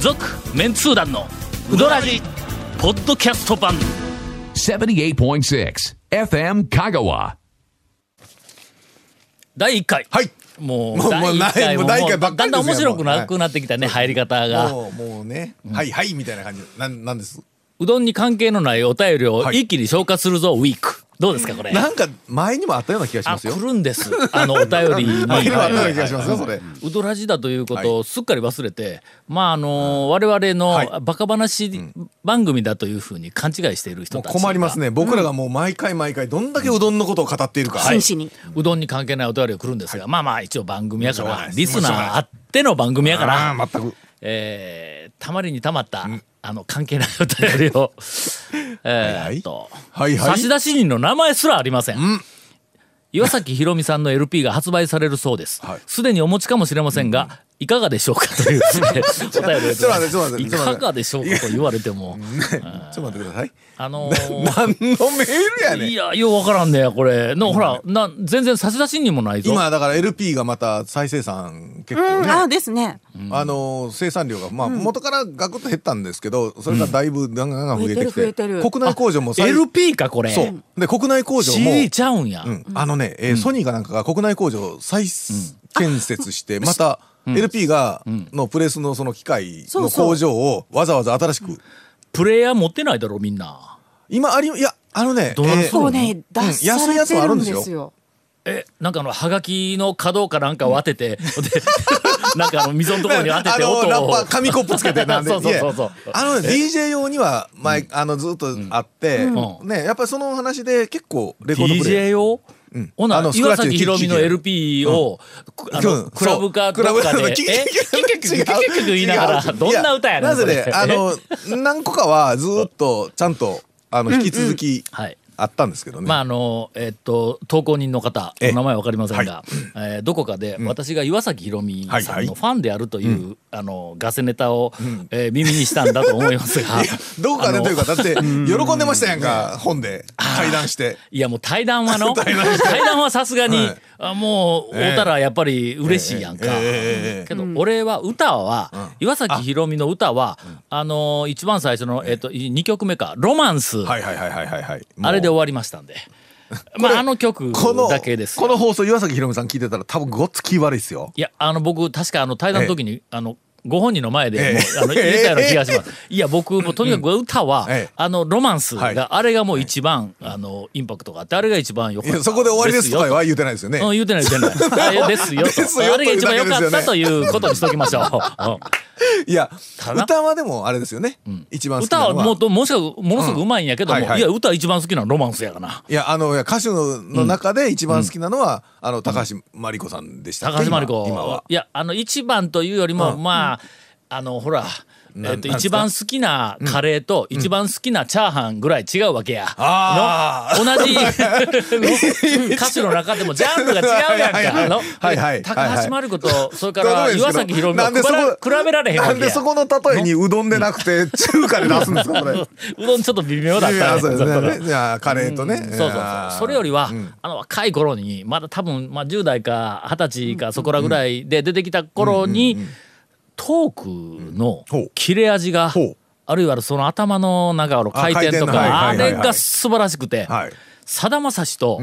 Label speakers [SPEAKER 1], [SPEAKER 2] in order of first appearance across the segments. [SPEAKER 1] 続メンツー団のウドラジポッドキャスト版
[SPEAKER 2] 78.6 FM Kagawa.
[SPEAKER 1] 第1回
[SPEAKER 3] はい
[SPEAKER 1] もう
[SPEAKER 3] もう
[SPEAKER 1] 第1回
[SPEAKER 3] もうない
[SPEAKER 1] も
[SPEAKER 3] もう第一回ばっか
[SPEAKER 1] だ
[SPEAKER 3] り
[SPEAKER 1] んだん
[SPEAKER 3] で
[SPEAKER 1] 面
[SPEAKER 3] すよ
[SPEAKER 1] 白くなくなってきたね入り方が
[SPEAKER 3] もうもうね、はいはいみたいな感じなんなんです
[SPEAKER 1] うどんに関係のないお便りを
[SPEAKER 3] はい
[SPEAKER 1] 一気に消化するぞウィークどうですかこれ
[SPEAKER 4] なんか前にもあったような気がし
[SPEAKER 1] あ
[SPEAKER 4] ます
[SPEAKER 1] 来
[SPEAKER 4] よ。
[SPEAKER 1] るん ですあのお便りに
[SPEAKER 3] 前にもあったような気がしますよそれ
[SPEAKER 1] うどらじだということ
[SPEAKER 3] は
[SPEAKER 1] をすっかり忘れて、まああのー我々
[SPEAKER 3] は
[SPEAKER 1] の
[SPEAKER 3] い
[SPEAKER 1] バカ話番組だというふうに勘違いしている人
[SPEAKER 3] もう
[SPEAKER 1] たちが
[SPEAKER 3] 困りますね僕らがもう毎回毎回どんだけうどんのことを語っているか、
[SPEAKER 5] 真摯に。
[SPEAKER 1] うどんに関係ないお便りが来るんですが、まあまあ一応番組やか
[SPEAKER 3] しょうがない
[SPEAKER 1] ら
[SPEAKER 3] です
[SPEAKER 1] リスナーあっての番組やから、
[SPEAKER 3] あー全く
[SPEAKER 1] えーたまりにたまった、あの関係ないお便り をえーっと、
[SPEAKER 3] はいはい
[SPEAKER 1] 差出人の名前すらありません。岩崎宏美さんの LP が発売されるそうです
[SPEAKER 3] はい。
[SPEAKER 1] すでにお持ちかもしれませんが、いかがでしょうかと いうですねお便りが来てま
[SPEAKER 3] ちょっと待ってちょっと待っ
[SPEAKER 1] す。
[SPEAKER 3] て
[SPEAKER 1] いかがでしょうかと言われても、
[SPEAKER 3] ちょっと待ってください
[SPEAKER 1] あのー
[SPEAKER 3] 何のメールやねん
[SPEAKER 1] いや、ようわからんねや、これ。の、ほら、な、全然差出人もないぞ。
[SPEAKER 3] 今だから LP がまた再生産結
[SPEAKER 5] う
[SPEAKER 3] 構
[SPEAKER 5] ん、
[SPEAKER 3] ね、
[SPEAKER 5] ああですね。
[SPEAKER 3] あの生産量が、まあ、元からガクッと減ったんですけどそれがだいぶガンガンガン増えてき
[SPEAKER 5] 増えてる増えてる
[SPEAKER 3] 国内工場も再
[SPEAKER 1] LP か、これ。
[SPEAKER 3] そうで国内工場も
[SPEAKER 1] CD ちゃうんや。
[SPEAKER 3] うん、あのね、えーソニーかなんかが国内工場を再建設して、また LP がのプレスのその機械
[SPEAKER 5] そう
[SPEAKER 3] の
[SPEAKER 5] そう
[SPEAKER 3] 工場をわざわざ新しく
[SPEAKER 1] プレイヤー持ってないだろ、みんな。
[SPEAKER 3] 今ありいやあのね
[SPEAKER 1] どうなん
[SPEAKER 3] えー
[SPEAKER 1] そう
[SPEAKER 5] そうね、出さ
[SPEAKER 3] 安いや
[SPEAKER 5] れ
[SPEAKER 3] つも
[SPEAKER 5] て
[SPEAKER 3] ある
[SPEAKER 5] る
[SPEAKER 3] ん
[SPEAKER 5] ん
[SPEAKER 3] で
[SPEAKER 5] ですす
[SPEAKER 3] よ
[SPEAKER 5] よ。
[SPEAKER 1] え、なんかあの、はがきの可動かなんかを当てて、でなんかあの、溝のところに当て
[SPEAKER 3] あ
[SPEAKER 1] て音
[SPEAKER 3] の
[SPEAKER 1] を。
[SPEAKER 3] ラッパー紙コップつけてなんで
[SPEAKER 1] そうそうそうそう
[SPEAKER 3] いやあのね DJ 用には前、あのずっとあって、
[SPEAKER 1] うん
[SPEAKER 3] ねやっぱりその話で結構レコードプレイ
[SPEAKER 1] DJ を
[SPEAKER 3] ん
[SPEAKER 1] ほ
[SPEAKER 3] あ
[SPEAKER 1] な
[SPEAKER 3] の、スクラ
[SPEAKER 1] 岩
[SPEAKER 3] ッチ
[SPEAKER 1] 崎
[SPEAKER 3] でキッ
[SPEAKER 1] 宏美の
[SPEAKER 3] キッ
[SPEAKER 1] LP を、くあ
[SPEAKER 3] うん
[SPEAKER 1] の、クラブかどっか
[SPEAKER 3] そうクラブ
[SPEAKER 1] で、え、
[SPEAKER 3] の
[SPEAKER 1] キ
[SPEAKER 3] キ
[SPEAKER 1] ッ
[SPEAKER 3] ッ
[SPEAKER 1] キ
[SPEAKER 3] キ
[SPEAKER 1] ッ
[SPEAKER 3] ッ
[SPEAKER 1] キ
[SPEAKER 3] キ
[SPEAKER 1] ッキッキッキ
[SPEAKER 3] ッ
[SPEAKER 1] ッキッ言いながら、
[SPEAKER 3] 違う
[SPEAKER 1] どんな歌やねん、
[SPEAKER 3] なぜね
[SPEAKER 1] それ
[SPEAKER 3] あ、の何個かはずっとちゃんとあの引き続き
[SPEAKER 1] はい。
[SPEAKER 3] あったんですけどね、
[SPEAKER 1] まああのえっと投稿人の方
[SPEAKER 3] ええ
[SPEAKER 1] お名前わかりませんが、えーどこかで私が岩崎宏美
[SPEAKER 3] はい
[SPEAKER 1] さ
[SPEAKER 3] は
[SPEAKER 1] ん
[SPEAKER 3] い
[SPEAKER 1] のファンであるというあのガセネタをえー耳にしたんだと思いますが
[SPEAKER 3] どこかで
[SPEAKER 1] あの
[SPEAKER 3] というかだって喜んでましたやんか本で対談して
[SPEAKER 1] いやもう対談は の対談はさすがに、
[SPEAKER 3] はい
[SPEAKER 1] あもう
[SPEAKER 3] ええ
[SPEAKER 1] 会うたらやっぱり嬉しいやんか、
[SPEAKER 3] ええええええ
[SPEAKER 1] けど俺は歌は、岩崎宏美の歌はあの一番最初の、えっと2曲目か「ロマンス」
[SPEAKER 3] はいはいはいはいはいはい
[SPEAKER 1] あれで
[SPEAKER 3] もう
[SPEAKER 1] 終わりま したんで。まあ、あの曲
[SPEAKER 3] この
[SPEAKER 1] だけですよ
[SPEAKER 3] この放送岩崎宏美さん聞いてたら多分ごっつ気悪いっすよ
[SPEAKER 1] いや、あの、僕、確か、あの、対談の時に、あの、ご本人の前で、
[SPEAKER 3] ええ
[SPEAKER 1] もうあの言えたような気がします。いや、僕もとにかく歌は、
[SPEAKER 3] ええ
[SPEAKER 1] あの、ロマンスが、
[SPEAKER 3] はい
[SPEAKER 1] あれがもう一番、あの、インパクトがあって、あれが一番良か
[SPEAKER 3] い
[SPEAKER 1] った
[SPEAKER 3] やそこで終わりですと
[SPEAKER 1] よ
[SPEAKER 3] かは言うてないですよね
[SPEAKER 1] うん、言うてない言うて ない。あれですよと。
[SPEAKER 3] ですよ
[SPEAKER 1] あれが一番良かった
[SPEAKER 3] と
[SPEAKER 1] ということにしときましょう。
[SPEAKER 3] いや
[SPEAKER 1] ただ
[SPEAKER 3] 歌はでもあれですよね一
[SPEAKER 1] う
[SPEAKER 3] 番
[SPEAKER 1] ん
[SPEAKER 3] 好き
[SPEAKER 1] 歌
[SPEAKER 3] な
[SPEAKER 1] は
[SPEAKER 3] のは
[SPEAKER 1] もうと、もしかものすごくうまいんやけども、
[SPEAKER 3] うんはいはい
[SPEAKER 1] いや、歌一番好きなのはロマンスやからな。
[SPEAKER 3] いやあのいや歌手のの中で一番好きなのはあの高橋真理子さんでしたっけ
[SPEAKER 1] 高橋真理子
[SPEAKER 3] 今今はい
[SPEAKER 1] やあの一番というよりも、まああのほら
[SPEAKER 3] な
[SPEAKER 1] えっと、
[SPEAKER 3] なんです
[SPEAKER 1] 一
[SPEAKER 3] か
[SPEAKER 1] 番好きなカレーと一番好きなチャーハンぐらい違うわけや。
[SPEAKER 3] あ
[SPEAKER 1] の 同じの歌手の中でもジャンルが違うやん
[SPEAKER 3] はいは
[SPEAKER 1] か。
[SPEAKER 3] い
[SPEAKER 1] の
[SPEAKER 3] はいはい
[SPEAKER 1] 高橋真理子とそれか
[SPEAKER 3] だかららどう
[SPEAKER 1] 岩
[SPEAKER 3] ですけ
[SPEAKER 1] 崎
[SPEAKER 3] ど
[SPEAKER 1] 宏美
[SPEAKER 3] なんでそ
[SPEAKER 1] は
[SPEAKER 3] こ
[SPEAKER 1] 比べられへんわ
[SPEAKER 3] な
[SPEAKER 1] けや。
[SPEAKER 3] んでそこの例えにうどんでなくて 中華で出すんですかこれ
[SPEAKER 1] うどんちょっと微妙だっ
[SPEAKER 3] いやそ
[SPEAKER 1] た
[SPEAKER 3] う
[SPEAKER 1] ね
[SPEAKER 3] で。すねいやカレーとね
[SPEAKER 1] そうそうそうそれよりは、あの若い頃にまだ多分、まあ、10代か20歳かそこらぐらいで出てきた頃に、トークの
[SPEAKER 3] ほう
[SPEAKER 1] 切れ味が、
[SPEAKER 3] ほう
[SPEAKER 1] あるいはその頭の中の回転とかあ,、
[SPEAKER 3] あ回転のはいはいはい
[SPEAKER 1] れが素晴らしくて
[SPEAKER 3] はい
[SPEAKER 1] さだまさしと、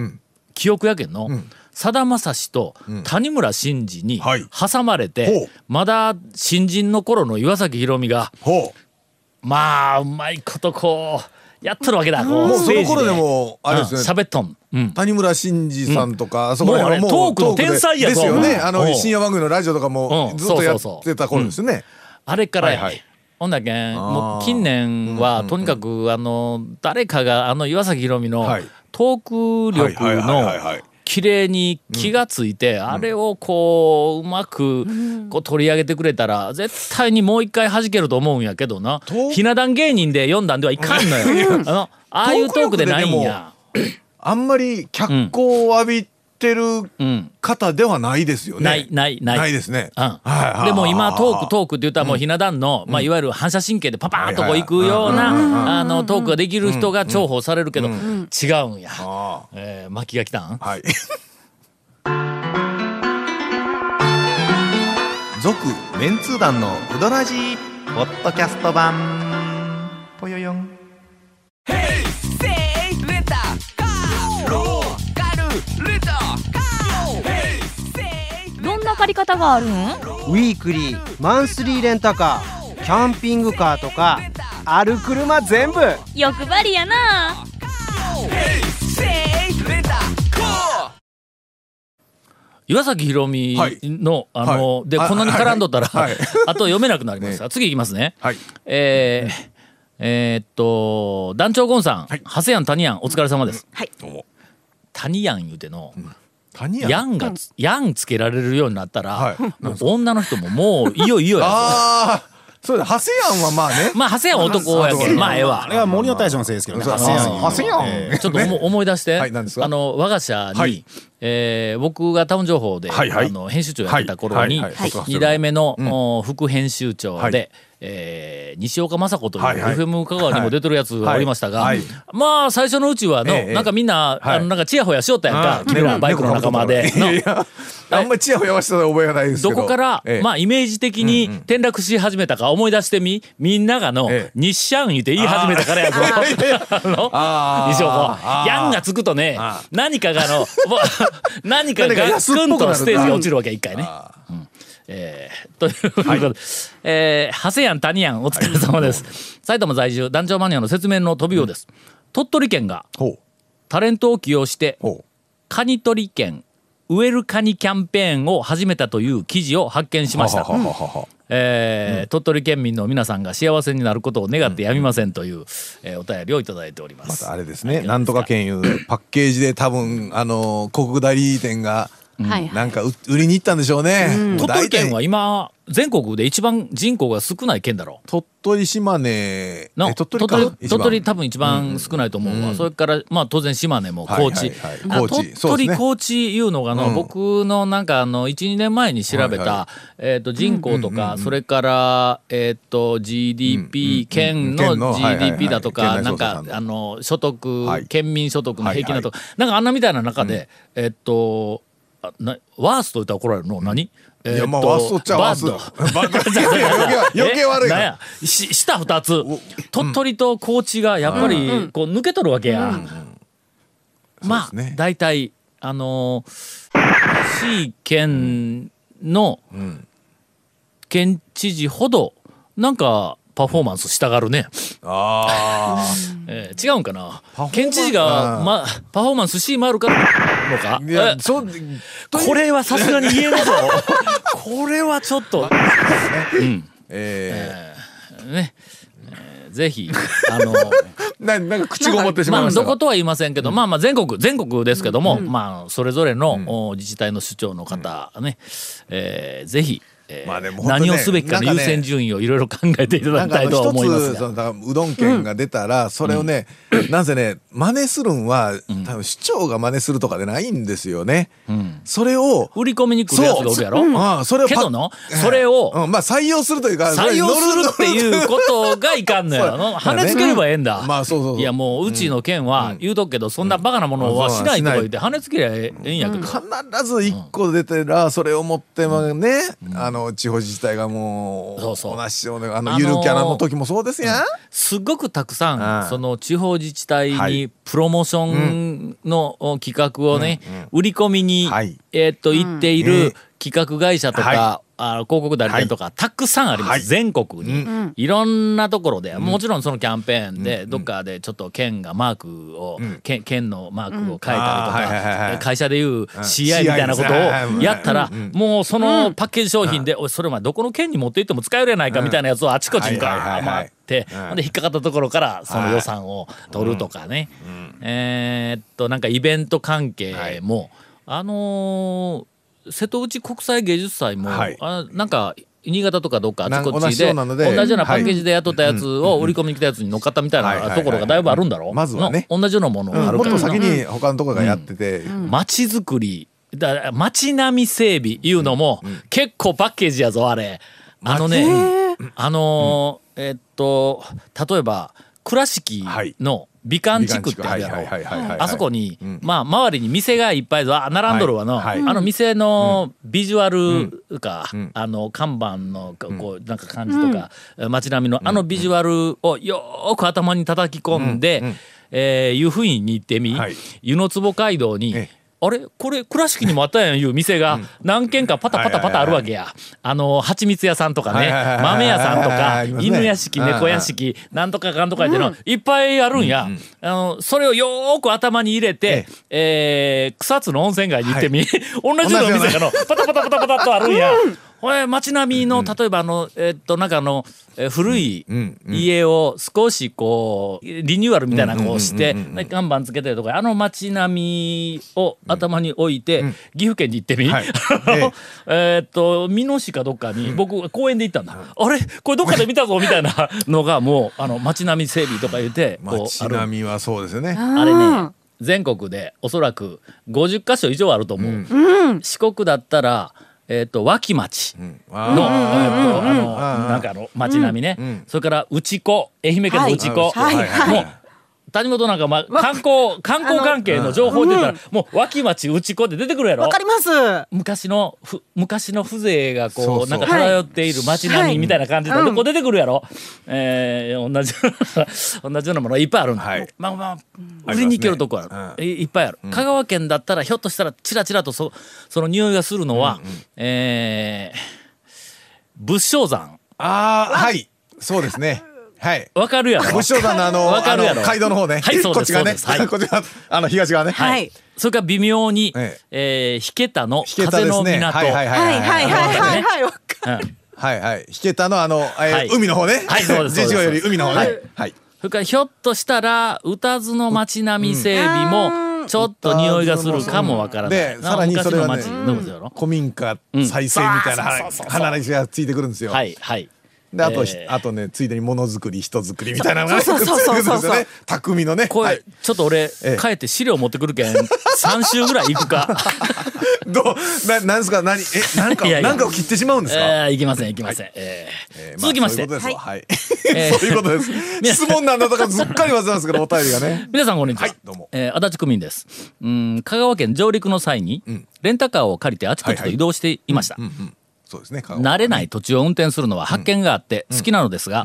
[SPEAKER 1] 記憶やけんのさだまさしと谷村新司に
[SPEAKER 3] はい
[SPEAKER 1] 挟まれて、
[SPEAKER 3] ほう
[SPEAKER 1] まだ新人の頃の岩崎宏美が
[SPEAKER 3] ほう
[SPEAKER 1] まあうまいことこうやってるわけだこう
[SPEAKER 3] もう
[SPEAKER 1] ス
[SPEAKER 3] そ
[SPEAKER 1] テー
[SPEAKER 3] の
[SPEAKER 1] ジ
[SPEAKER 3] 頃でもあれですよね
[SPEAKER 1] うん喋っとん、うん、
[SPEAKER 3] 谷村新司さんとか、あそこら辺は
[SPEAKER 1] もうあれトークの
[SPEAKER 3] で
[SPEAKER 1] 天才や
[SPEAKER 3] で
[SPEAKER 1] ぞ
[SPEAKER 3] すよね
[SPEAKER 1] うん
[SPEAKER 3] あ
[SPEAKER 1] う
[SPEAKER 3] の
[SPEAKER 1] ん
[SPEAKER 3] 深夜番組のラジオとかも
[SPEAKER 1] うん
[SPEAKER 3] ずっとや
[SPEAKER 1] そ
[SPEAKER 3] っ
[SPEAKER 1] うそう
[SPEAKER 3] てた頃ですよね、
[SPEAKER 1] あれからやね、
[SPEAKER 3] はいはい
[SPEAKER 1] ほんだけん
[SPEAKER 3] あー
[SPEAKER 1] もう近年はとにかくあの誰かがあの岩崎宏美の
[SPEAKER 3] はい
[SPEAKER 1] トーク力
[SPEAKER 3] はいはいはいはいは
[SPEAKER 1] の
[SPEAKER 3] い
[SPEAKER 1] 綺麗に気がついてあれをこううまくこう取り上げてくれたら絶対にもう一回弾けると思うんやけどな
[SPEAKER 3] ーク
[SPEAKER 1] ひな壇芸人で4段ではいかんのよあのああいうトークでないん
[SPEAKER 3] トーク力でで
[SPEAKER 1] や
[SPEAKER 3] も。あんまり脚光を浴びてる
[SPEAKER 1] ん
[SPEAKER 3] 方ではないですよね、
[SPEAKER 1] ないないない
[SPEAKER 3] ないですね、はいはいは
[SPEAKER 1] う
[SPEAKER 3] い
[SPEAKER 1] ん、でも今トーク
[SPEAKER 3] ー
[SPEAKER 1] トークって言ったらもうひな壇の、まあ、いわゆる反射神経でパパーンとこう
[SPEAKER 3] は
[SPEAKER 1] い
[SPEAKER 3] いはいはい
[SPEAKER 1] くような、
[SPEAKER 3] うんうん
[SPEAKER 1] あのトークができる人が重宝されるけど、違うんや、
[SPEAKER 3] あ
[SPEAKER 1] えー、巻きが来たん
[SPEAKER 3] ーはい続
[SPEAKER 4] メンツー団のウドラジー
[SPEAKER 5] ポッドキャスト版ぽよよん
[SPEAKER 6] どんな借り方があるん
[SPEAKER 7] ウィークリーマンスリーレンタカーキャンピングカーとかある車全部
[SPEAKER 6] 欲張りやな
[SPEAKER 1] 岩崎宏美の、あの、で、こんなに絡んどったら、あと読めなくなります。次いきますね。
[SPEAKER 3] はい。
[SPEAKER 1] えーえーっと団長ゴンさん、ハセヤンタニヤンお疲れ様です。
[SPEAKER 6] はい
[SPEAKER 3] どうも。
[SPEAKER 1] タニヤン言うての、
[SPEAKER 3] 谷
[SPEAKER 1] ヤンがつヤンつけられるようになったら、もう女の人ももういいよいいよや。
[SPEAKER 3] ああ、そうだ。ハセヤンはまあね。
[SPEAKER 1] まあハセヤン男やけど、まあええわ
[SPEAKER 8] あれ。は森の大将のせいですけどね。ハセヤン
[SPEAKER 3] あーハセヤン
[SPEAKER 8] え
[SPEAKER 1] ちょっと思思い出して、
[SPEAKER 3] はい何ですか
[SPEAKER 1] あの我が社に、
[SPEAKER 3] はい
[SPEAKER 1] えー僕がタウン情報で、
[SPEAKER 3] はいはい
[SPEAKER 1] あの編集長やってた頃に、
[SPEAKER 3] はいはいはい
[SPEAKER 1] 2代目の、お副編集長で、
[SPEAKER 3] はい
[SPEAKER 1] えー西岡雅子という、
[SPEAKER 3] はいはい
[SPEAKER 1] FM 香川にも出てるやつがおりましたが、
[SPEAKER 3] はいはい
[SPEAKER 1] まあ最初のうちはの、
[SPEAKER 3] ええ
[SPEAKER 1] なんかみんな、
[SPEAKER 3] はい
[SPEAKER 1] あのなんかチヤホヤしよったやんか、君らバイクの仲間で。
[SPEAKER 3] いやいや、あんまりチヤホヤはした覚えがないですけ
[SPEAKER 1] ど
[SPEAKER 3] ど。
[SPEAKER 1] こから、
[SPEAKER 3] ええ
[SPEAKER 1] まあイメージ的に転落し始めたか思い出してみ、みんながの、
[SPEAKER 3] ええ
[SPEAKER 1] 日シャン言って言い始めたからやぞ。 あの
[SPEAKER 3] あー
[SPEAKER 1] 西岡
[SPEAKER 3] あー
[SPEAKER 1] ヤンがつくとね、何かがあの、ぼ 何か
[SPEAKER 3] 何か
[SPEAKER 1] が
[SPEAKER 3] 安っ
[SPEAKER 1] スン
[SPEAKER 3] ぽく
[SPEAKER 1] と
[SPEAKER 3] なる
[SPEAKER 1] ステージが落ちるわけ一回ね。うんえーということで、えー、ハセヤン、タニヤン、お疲れ様です。埼玉在住、団長マニアの説明の飛びようです。鳥取県が
[SPEAKER 3] ほう。
[SPEAKER 1] タレントを起用して、
[SPEAKER 3] ほ
[SPEAKER 1] カニ取り券植えるカニキャンペーンを始めたという記事を発見し
[SPEAKER 3] う。
[SPEAKER 1] ました
[SPEAKER 3] は。ははははは
[SPEAKER 1] えー鳥取県民の皆さんが幸せになることを願ってやみませんという、えーお便りをいただいておりま。
[SPEAKER 3] ますたあれですね。なんとか県いうパッケージで多分、あの、広告代理店が、
[SPEAKER 6] はい
[SPEAKER 3] なんかう売りに行ったんでしょうね。
[SPEAKER 1] 鳥取県
[SPEAKER 3] 大体
[SPEAKER 1] は今全国で一番人口が少ない県だろう。
[SPEAKER 3] 鳥取島根、
[SPEAKER 1] の
[SPEAKER 3] え
[SPEAKER 1] 鳥
[SPEAKER 3] 鳥
[SPEAKER 1] 取
[SPEAKER 3] 取か
[SPEAKER 1] 鳥取
[SPEAKER 3] 一番
[SPEAKER 1] 多分一番少ないと思うわ、それからまあ当然島根も
[SPEAKER 3] はい
[SPEAKER 1] 高知,あ、
[SPEAKER 3] はいはい高知
[SPEAKER 1] 鳥
[SPEAKER 3] そう
[SPEAKER 1] 取、
[SPEAKER 3] ですね
[SPEAKER 1] 高知いうのがの、僕のなんかあの12年前に調べた、
[SPEAKER 3] はいは
[SPEAKER 1] えー、と人口とか、それから、えー、と GDP、県
[SPEAKER 3] 県の
[SPEAKER 1] の
[SPEAKER 3] はいはいはい
[SPEAKER 1] GDP だとか、な
[SPEAKER 3] 県内総
[SPEAKER 1] ん
[SPEAKER 3] 生
[SPEAKER 1] か
[SPEAKER 3] 産の
[SPEAKER 1] あの所得、
[SPEAKER 3] はい
[SPEAKER 1] 県民所得の平均だとか、なんかあんなみたいな中で、えっ、とあなワースト言ったら怒られるの何、え
[SPEAKER 3] い
[SPEAKER 1] ー
[SPEAKER 3] や
[SPEAKER 1] と
[SPEAKER 3] まあワーストっちゃワース
[SPEAKER 1] バッド
[SPEAKER 3] ト。 バッドいやいや余計余計悪い
[SPEAKER 1] えな
[SPEAKER 3] か
[SPEAKER 1] ん
[SPEAKER 3] ら。
[SPEAKER 1] やし下二つ鳥取と高知がやっぱりこう抜けとるわけや、まあ
[SPEAKER 3] そうですね
[SPEAKER 1] 大体あのー、市県の県知事ほどなんかパフォーマンスしたがるね、
[SPEAKER 3] あ
[SPEAKER 1] えー違うんかな
[SPEAKER 3] パフォーマンス
[SPEAKER 1] 県知事が、ま、パフォーマンスしまるかのか
[SPEAKER 3] あ。いや
[SPEAKER 1] え、
[SPEAKER 3] そう、
[SPEAKER 1] これはさすがに言え るぞこれはちょっと
[SPEAKER 3] え
[SPEAKER 1] ね、えーぜ ひあの
[SPEAKER 3] ー、ななんか口ごもってしま
[SPEAKER 1] ま
[SPEAKER 3] いま
[SPEAKER 1] あ
[SPEAKER 3] した
[SPEAKER 1] ど
[SPEAKER 3] が。
[SPEAKER 1] ことは言いませんけど、まあまあ全国全国ですけども、まあそれぞれの、お自治体の首長の方ね、えーぜひ、えー
[SPEAKER 3] まあねもう本当ね
[SPEAKER 1] 何をすべきかの
[SPEAKER 3] なん
[SPEAKER 1] 優
[SPEAKER 3] かね
[SPEAKER 1] 先順位をいろいろ考えていただ
[SPEAKER 3] なん
[SPEAKER 1] きた
[SPEAKER 3] かあ
[SPEAKER 1] い
[SPEAKER 3] の
[SPEAKER 1] とは
[SPEAKER 3] 一
[SPEAKER 1] 思います
[SPEAKER 3] つ
[SPEAKER 1] が
[SPEAKER 3] そのだからうどん県が出たらそれをね、なぜね真似するんは多分市長が真似するとかでないんですよね、それを
[SPEAKER 1] 売り込みに来るやつがおるやろ。
[SPEAKER 3] ああそれを
[SPEAKER 1] け
[SPEAKER 3] パ
[SPEAKER 1] どのそれを
[SPEAKER 3] うんまあ採用するというか
[SPEAKER 1] 採用するっていうことがいかんのや
[SPEAKER 3] そう
[SPEAKER 1] の跳ねつければええんだ、
[SPEAKER 3] まあそうそうそう
[SPEAKER 1] いやもううちの県は言うとくけど、そんなバカなものはしないとか言って跳ねつけりゃええんやけど、
[SPEAKER 3] 必ず一個出てらそれを持ってまあね、あの地方自治体がもう
[SPEAKER 1] そうそう
[SPEAKER 3] 同じようなあ
[SPEAKER 1] あのー
[SPEAKER 3] のゆるキャラの時もそうですやん、
[SPEAKER 1] すごくたくさ
[SPEAKER 3] うんん
[SPEAKER 1] その地方自治体
[SPEAKER 3] は
[SPEAKER 1] に
[SPEAKER 3] い
[SPEAKER 1] プロモーションのお企画をね、売り込みに、
[SPEAKER 3] はい
[SPEAKER 1] えーっと行ってい
[SPEAKER 3] ね
[SPEAKER 1] る企画会社とか、あの広告代理店とか、たくさんあります、
[SPEAKER 3] はい
[SPEAKER 1] 全国に、いろんなところで、もちろんそのキャンペーンで、どっかでちょっと県がマークを、県県のマークを変えたりとか、
[SPEAKER 3] あーはいはいはい
[SPEAKER 1] 会社でいう CI みたいなことをやったら、もうそのパッケージ商品で、おいそれお前どこの県に持って行っても使えるやないかみたいなやつをあちこちに
[SPEAKER 3] はいはい
[SPEAKER 1] ガー
[SPEAKER 3] は
[SPEAKER 1] ッ
[SPEAKER 3] いはい
[SPEAKER 1] 回って、ほんで引っかかったところからその予算を取るとかね、えーっとなんかイベント関係も、あのー瀬戸内国際芸術祭も、
[SPEAKER 3] はい
[SPEAKER 1] あなんか新潟とかどっかあ
[SPEAKER 3] なん
[SPEAKER 1] ちこち
[SPEAKER 3] 同じ
[SPEAKER 1] で
[SPEAKER 3] ようなので
[SPEAKER 1] 同じようなパッケージで雇ったやつを売り込みに来たやつに乗っかったみたい
[SPEAKER 3] はいはい
[SPEAKER 1] な
[SPEAKER 3] はい
[SPEAKER 1] ところがだいぶあるんだろ
[SPEAKER 3] まずはね
[SPEAKER 1] の同じようなものがあ
[SPEAKER 3] うん
[SPEAKER 1] る
[SPEAKER 3] も
[SPEAKER 1] か
[SPEAKER 3] っ
[SPEAKER 1] ら
[SPEAKER 3] と先に他のところがやってて、
[SPEAKER 1] 街づくりだ街並み整備いうのも結構パッケージやぞあれあのねあのーえっと例えば倉敷
[SPEAKER 3] はい
[SPEAKER 1] の美観地区ってあるやろ
[SPEAKER 3] はいはいはいはいはい
[SPEAKER 1] あそこに、
[SPEAKER 3] うん
[SPEAKER 1] まあ周りに店がいっぱいぞあ並んどるわの、
[SPEAKER 3] はい
[SPEAKER 1] あの店のビジュアルか、
[SPEAKER 3] ん
[SPEAKER 1] あの看板のここうなんか感じとか、街並みのあのビジュアルをよーく頭に叩き込んで、えー湯布院に行ってみ、
[SPEAKER 3] はい
[SPEAKER 1] 湯の坪街道に、
[SPEAKER 3] ええ
[SPEAKER 1] あれこれ倉敷にもあったやんいう店が何軒かパタパタパタあるわけや。あの蜂蜜屋さんとかね
[SPEAKER 3] はいはいはいはい
[SPEAKER 1] 豆屋さんとか
[SPEAKER 3] ありますね
[SPEAKER 1] 犬屋敷猫屋敷なんとかかんとかってのいっぱいあるんや。あのそれをよーく頭に入れて、えー草津の温泉街に行ってみ、 同じようなお店がのパタパタパタパタっとあるんや。これ街並みの例えばあのえっとなんかあのえー古い
[SPEAKER 3] んう
[SPEAKER 1] 家を少しこうリニューアルみたいなこうしてで看板つけてるとかあの街並みを頭に置いて岐阜県に行ってみ、
[SPEAKER 3] はい
[SPEAKER 1] あの えーっと美濃市かどっかに僕公園で行ったんだ、あれこれどっかで見たぞみたいなのがもうあの街並み整備とか言ってこう
[SPEAKER 3] 街
[SPEAKER 1] ある
[SPEAKER 3] 並みはそうですよね。
[SPEAKER 1] あれね全国でおそらく50か所以上あると思う、四国だったら、えー、と脇町の、えーとあのなんかあの町並みね、それから内子愛媛県の内子、
[SPEAKER 9] はいはい
[SPEAKER 1] もう谷本なんか、まあ、観光観光関係の情報出たら、もう脇町内子で出てくるやろ
[SPEAKER 9] わかります。
[SPEAKER 1] 昔のふ昔の風情がこう
[SPEAKER 3] そうそう
[SPEAKER 1] なんか漂っている街並みみたいな感じで、
[SPEAKER 9] はい
[SPEAKER 1] こう出てくるやろ、えー同じような 同じようなものがいっぱいあるんだ、
[SPEAKER 3] はい
[SPEAKER 1] まあまあ
[SPEAKER 3] あ
[SPEAKER 1] 売りに行けるとこある
[SPEAKER 3] ります
[SPEAKER 1] いいっぱいある、香川県だったらひょっとしたらチラチラとそその匂いがするのは、えー仏性山
[SPEAKER 3] ああ、はい。そうですね。はい。
[SPEAKER 1] わかるやろ
[SPEAKER 3] 武将さんのあの、
[SPEAKER 1] わか
[SPEAKER 3] あ
[SPEAKER 1] るやろ
[SPEAKER 3] の街道の方ね。
[SPEAKER 1] はいそうです
[SPEAKER 3] こっちが
[SPEAKER 1] そう
[SPEAKER 3] ね。
[SPEAKER 1] ですはい
[SPEAKER 3] こっちが、あの、東側ね。
[SPEAKER 9] はい
[SPEAKER 1] それから微妙に、え
[SPEAKER 3] え
[SPEAKER 1] ー引けたの
[SPEAKER 3] 引けた
[SPEAKER 1] 風
[SPEAKER 3] で
[SPEAKER 1] の
[SPEAKER 3] す
[SPEAKER 1] 港、
[SPEAKER 3] ね。はいはいはい
[SPEAKER 9] はいはいはいはいはい。わか
[SPEAKER 1] うん
[SPEAKER 3] はいはい。引けたのあの、えー
[SPEAKER 1] はい
[SPEAKER 3] 海の方ね。
[SPEAKER 1] はいそうですそうです
[SPEAKER 3] 事情より海の方
[SPEAKER 1] は
[SPEAKER 3] ね
[SPEAKER 1] い。
[SPEAKER 3] はい。
[SPEAKER 1] それからひょっとしたら歌津の街並み整備もちょっと匂いがするかもわからない。
[SPEAKER 3] でさらにそれはね
[SPEAKER 1] 昔の街どうぞよ
[SPEAKER 3] 古民家再生みたいな
[SPEAKER 1] うんそうそうそうそう
[SPEAKER 3] 話がついてくるんですよ。
[SPEAKER 1] はいはい。
[SPEAKER 3] であと、
[SPEAKER 1] えー
[SPEAKER 3] あとねついでにものづくり人づくりみたいなのがね
[SPEAKER 9] そうそう そうそうそうそ
[SPEAKER 3] く
[SPEAKER 9] う
[SPEAKER 3] っついてくるんですよね匠のね
[SPEAKER 1] これ、
[SPEAKER 3] はい、
[SPEAKER 1] ちょっと俺、
[SPEAKER 3] ええ
[SPEAKER 1] 帰って資料持ってくる けん3週ぐらい行くか。
[SPEAKER 3] どうななんですか何えなんか
[SPEAKER 1] いやいや
[SPEAKER 3] なんかを切ってしまうんですか、
[SPEAKER 1] えー、行きません行きません。えー
[SPEAKER 3] えーまあ
[SPEAKER 1] 続きまして、
[SPEAKER 3] そういうことですわはい、
[SPEAKER 1] えー
[SPEAKER 3] そういうことです
[SPEAKER 1] 皆さん
[SPEAKER 3] 質問なんだとかすっかり忘れてますけどお便りがね
[SPEAKER 1] 皆さんこんにちは。
[SPEAKER 3] はいどうも
[SPEAKER 1] えー足立区民です。うん香川県上陸の際に、レンタカーを借りてあちこちと移動していました。
[SPEAKER 3] そうですね顔
[SPEAKER 1] 慣れない土地を運転するのは発見があって好きなのですが、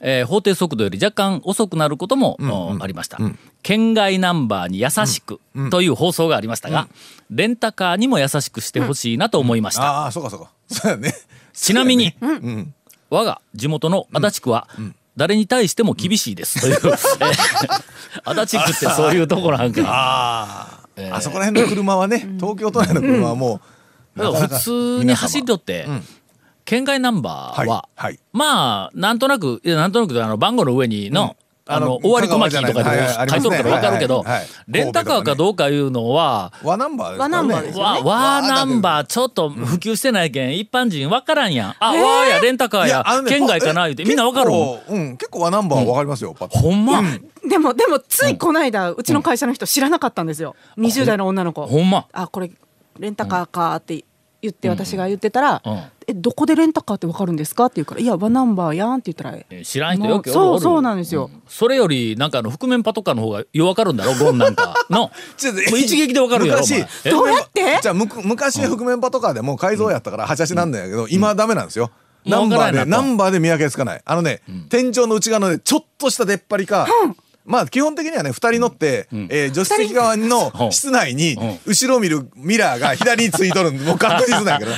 [SPEAKER 1] えー法定速度より若干遅くなることも、おありました、県外ナンバーに優しくという放送がありましたが、レンタカーにも優しくしてほしいなと思いました、
[SPEAKER 3] ああそうかそうか そうやね
[SPEAKER 1] ちなみに、我が地元の足立区は、誰に対しても厳しいですという、えー足立区ってそういうところなんか
[SPEAKER 3] ああ、あそこら辺の車はね東京都内の車はもう、
[SPEAKER 1] だ
[SPEAKER 3] な
[SPEAKER 1] か
[SPEAKER 3] からなか
[SPEAKER 1] 普通に走りとって、県外ナンバーは、
[SPEAKER 3] はいはい
[SPEAKER 1] まあなんとなくいやなんとなくとあの番号の上にの、あ
[SPEAKER 3] あの
[SPEAKER 1] の終わり小牧とか
[SPEAKER 3] 香川じゃないはいはい
[SPEAKER 1] で書いとるから分かるけど
[SPEAKER 3] ありますねはいはいはい
[SPEAKER 1] レンタカーかどうかいうのは
[SPEAKER 3] 皆様和ナンバーですからね
[SPEAKER 9] 和ナンバーですよ
[SPEAKER 1] わ
[SPEAKER 9] ね。
[SPEAKER 1] わーナンバーちょっと普及してないけん一般人分からんやんあわーやレンタカーや
[SPEAKER 3] あのね
[SPEAKER 1] 県外かな
[SPEAKER 3] え
[SPEAKER 1] 言うてみんな分かるもん
[SPEAKER 3] 結構うん結構和ナンバーは分かりますよ、パッと
[SPEAKER 1] ほんま、
[SPEAKER 9] でもでもついこの間うちの会社の人知らなかったんですよ。二十代の女の子。
[SPEAKER 1] ほんま
[SPEAKER 9] あこれレンタカーかって言って私が言ってたら
[SPEAKER 1] うんうん、
[SPEAKER 9] えどこでレンタカーってわかるんですかって言うからいやワンナンバーやんって言ったら。
[SPEAKER 1] 知らん人よくおる
[SPEAKER 9] もう
[SPEAKER 1] おる
[SPEAKER 9] そうそうなんですよ
[SPEAKER 1] それよりなんかあの覆面パトカーの方がよう分かるん だろゴンなんかの
[SPEAKER 3] ちょっと
[SPEAKER 1] もう一撃で分かるやろお前
[SPEAKER 3] 昔
[SPEAKER 1] え
[SPEAKER 9] どうやって
[SPEAKER 3] じゃあむく昔覆面パトカーでもう改造やったからはしゃしなんだけど、今はダメなんですよ、
[SPEAKER 1] うん
[SPEAKER 3] ナン
[SPEAKER 1] も
[SPEAKER 3] バー
[SPEAKER 1] う分からん
[SPEAKER 3] で
[SPEAKER 1] な
[SPEAKER 3] ナ
[SPEAKER 1] と
[SPEAKER 3] ンバーで見分けつかないあのね、天井の内側のねちょっとした出っ張りか、まあ基本的にはね2人乗って、えー助手席側
[SPEAKER 1] うん
[SPEAKER 3] の室内に
[SPEAKER 1] うん
[SPEAKER 3] 後ろ見るミラーが左についとるんもう確実なんやけど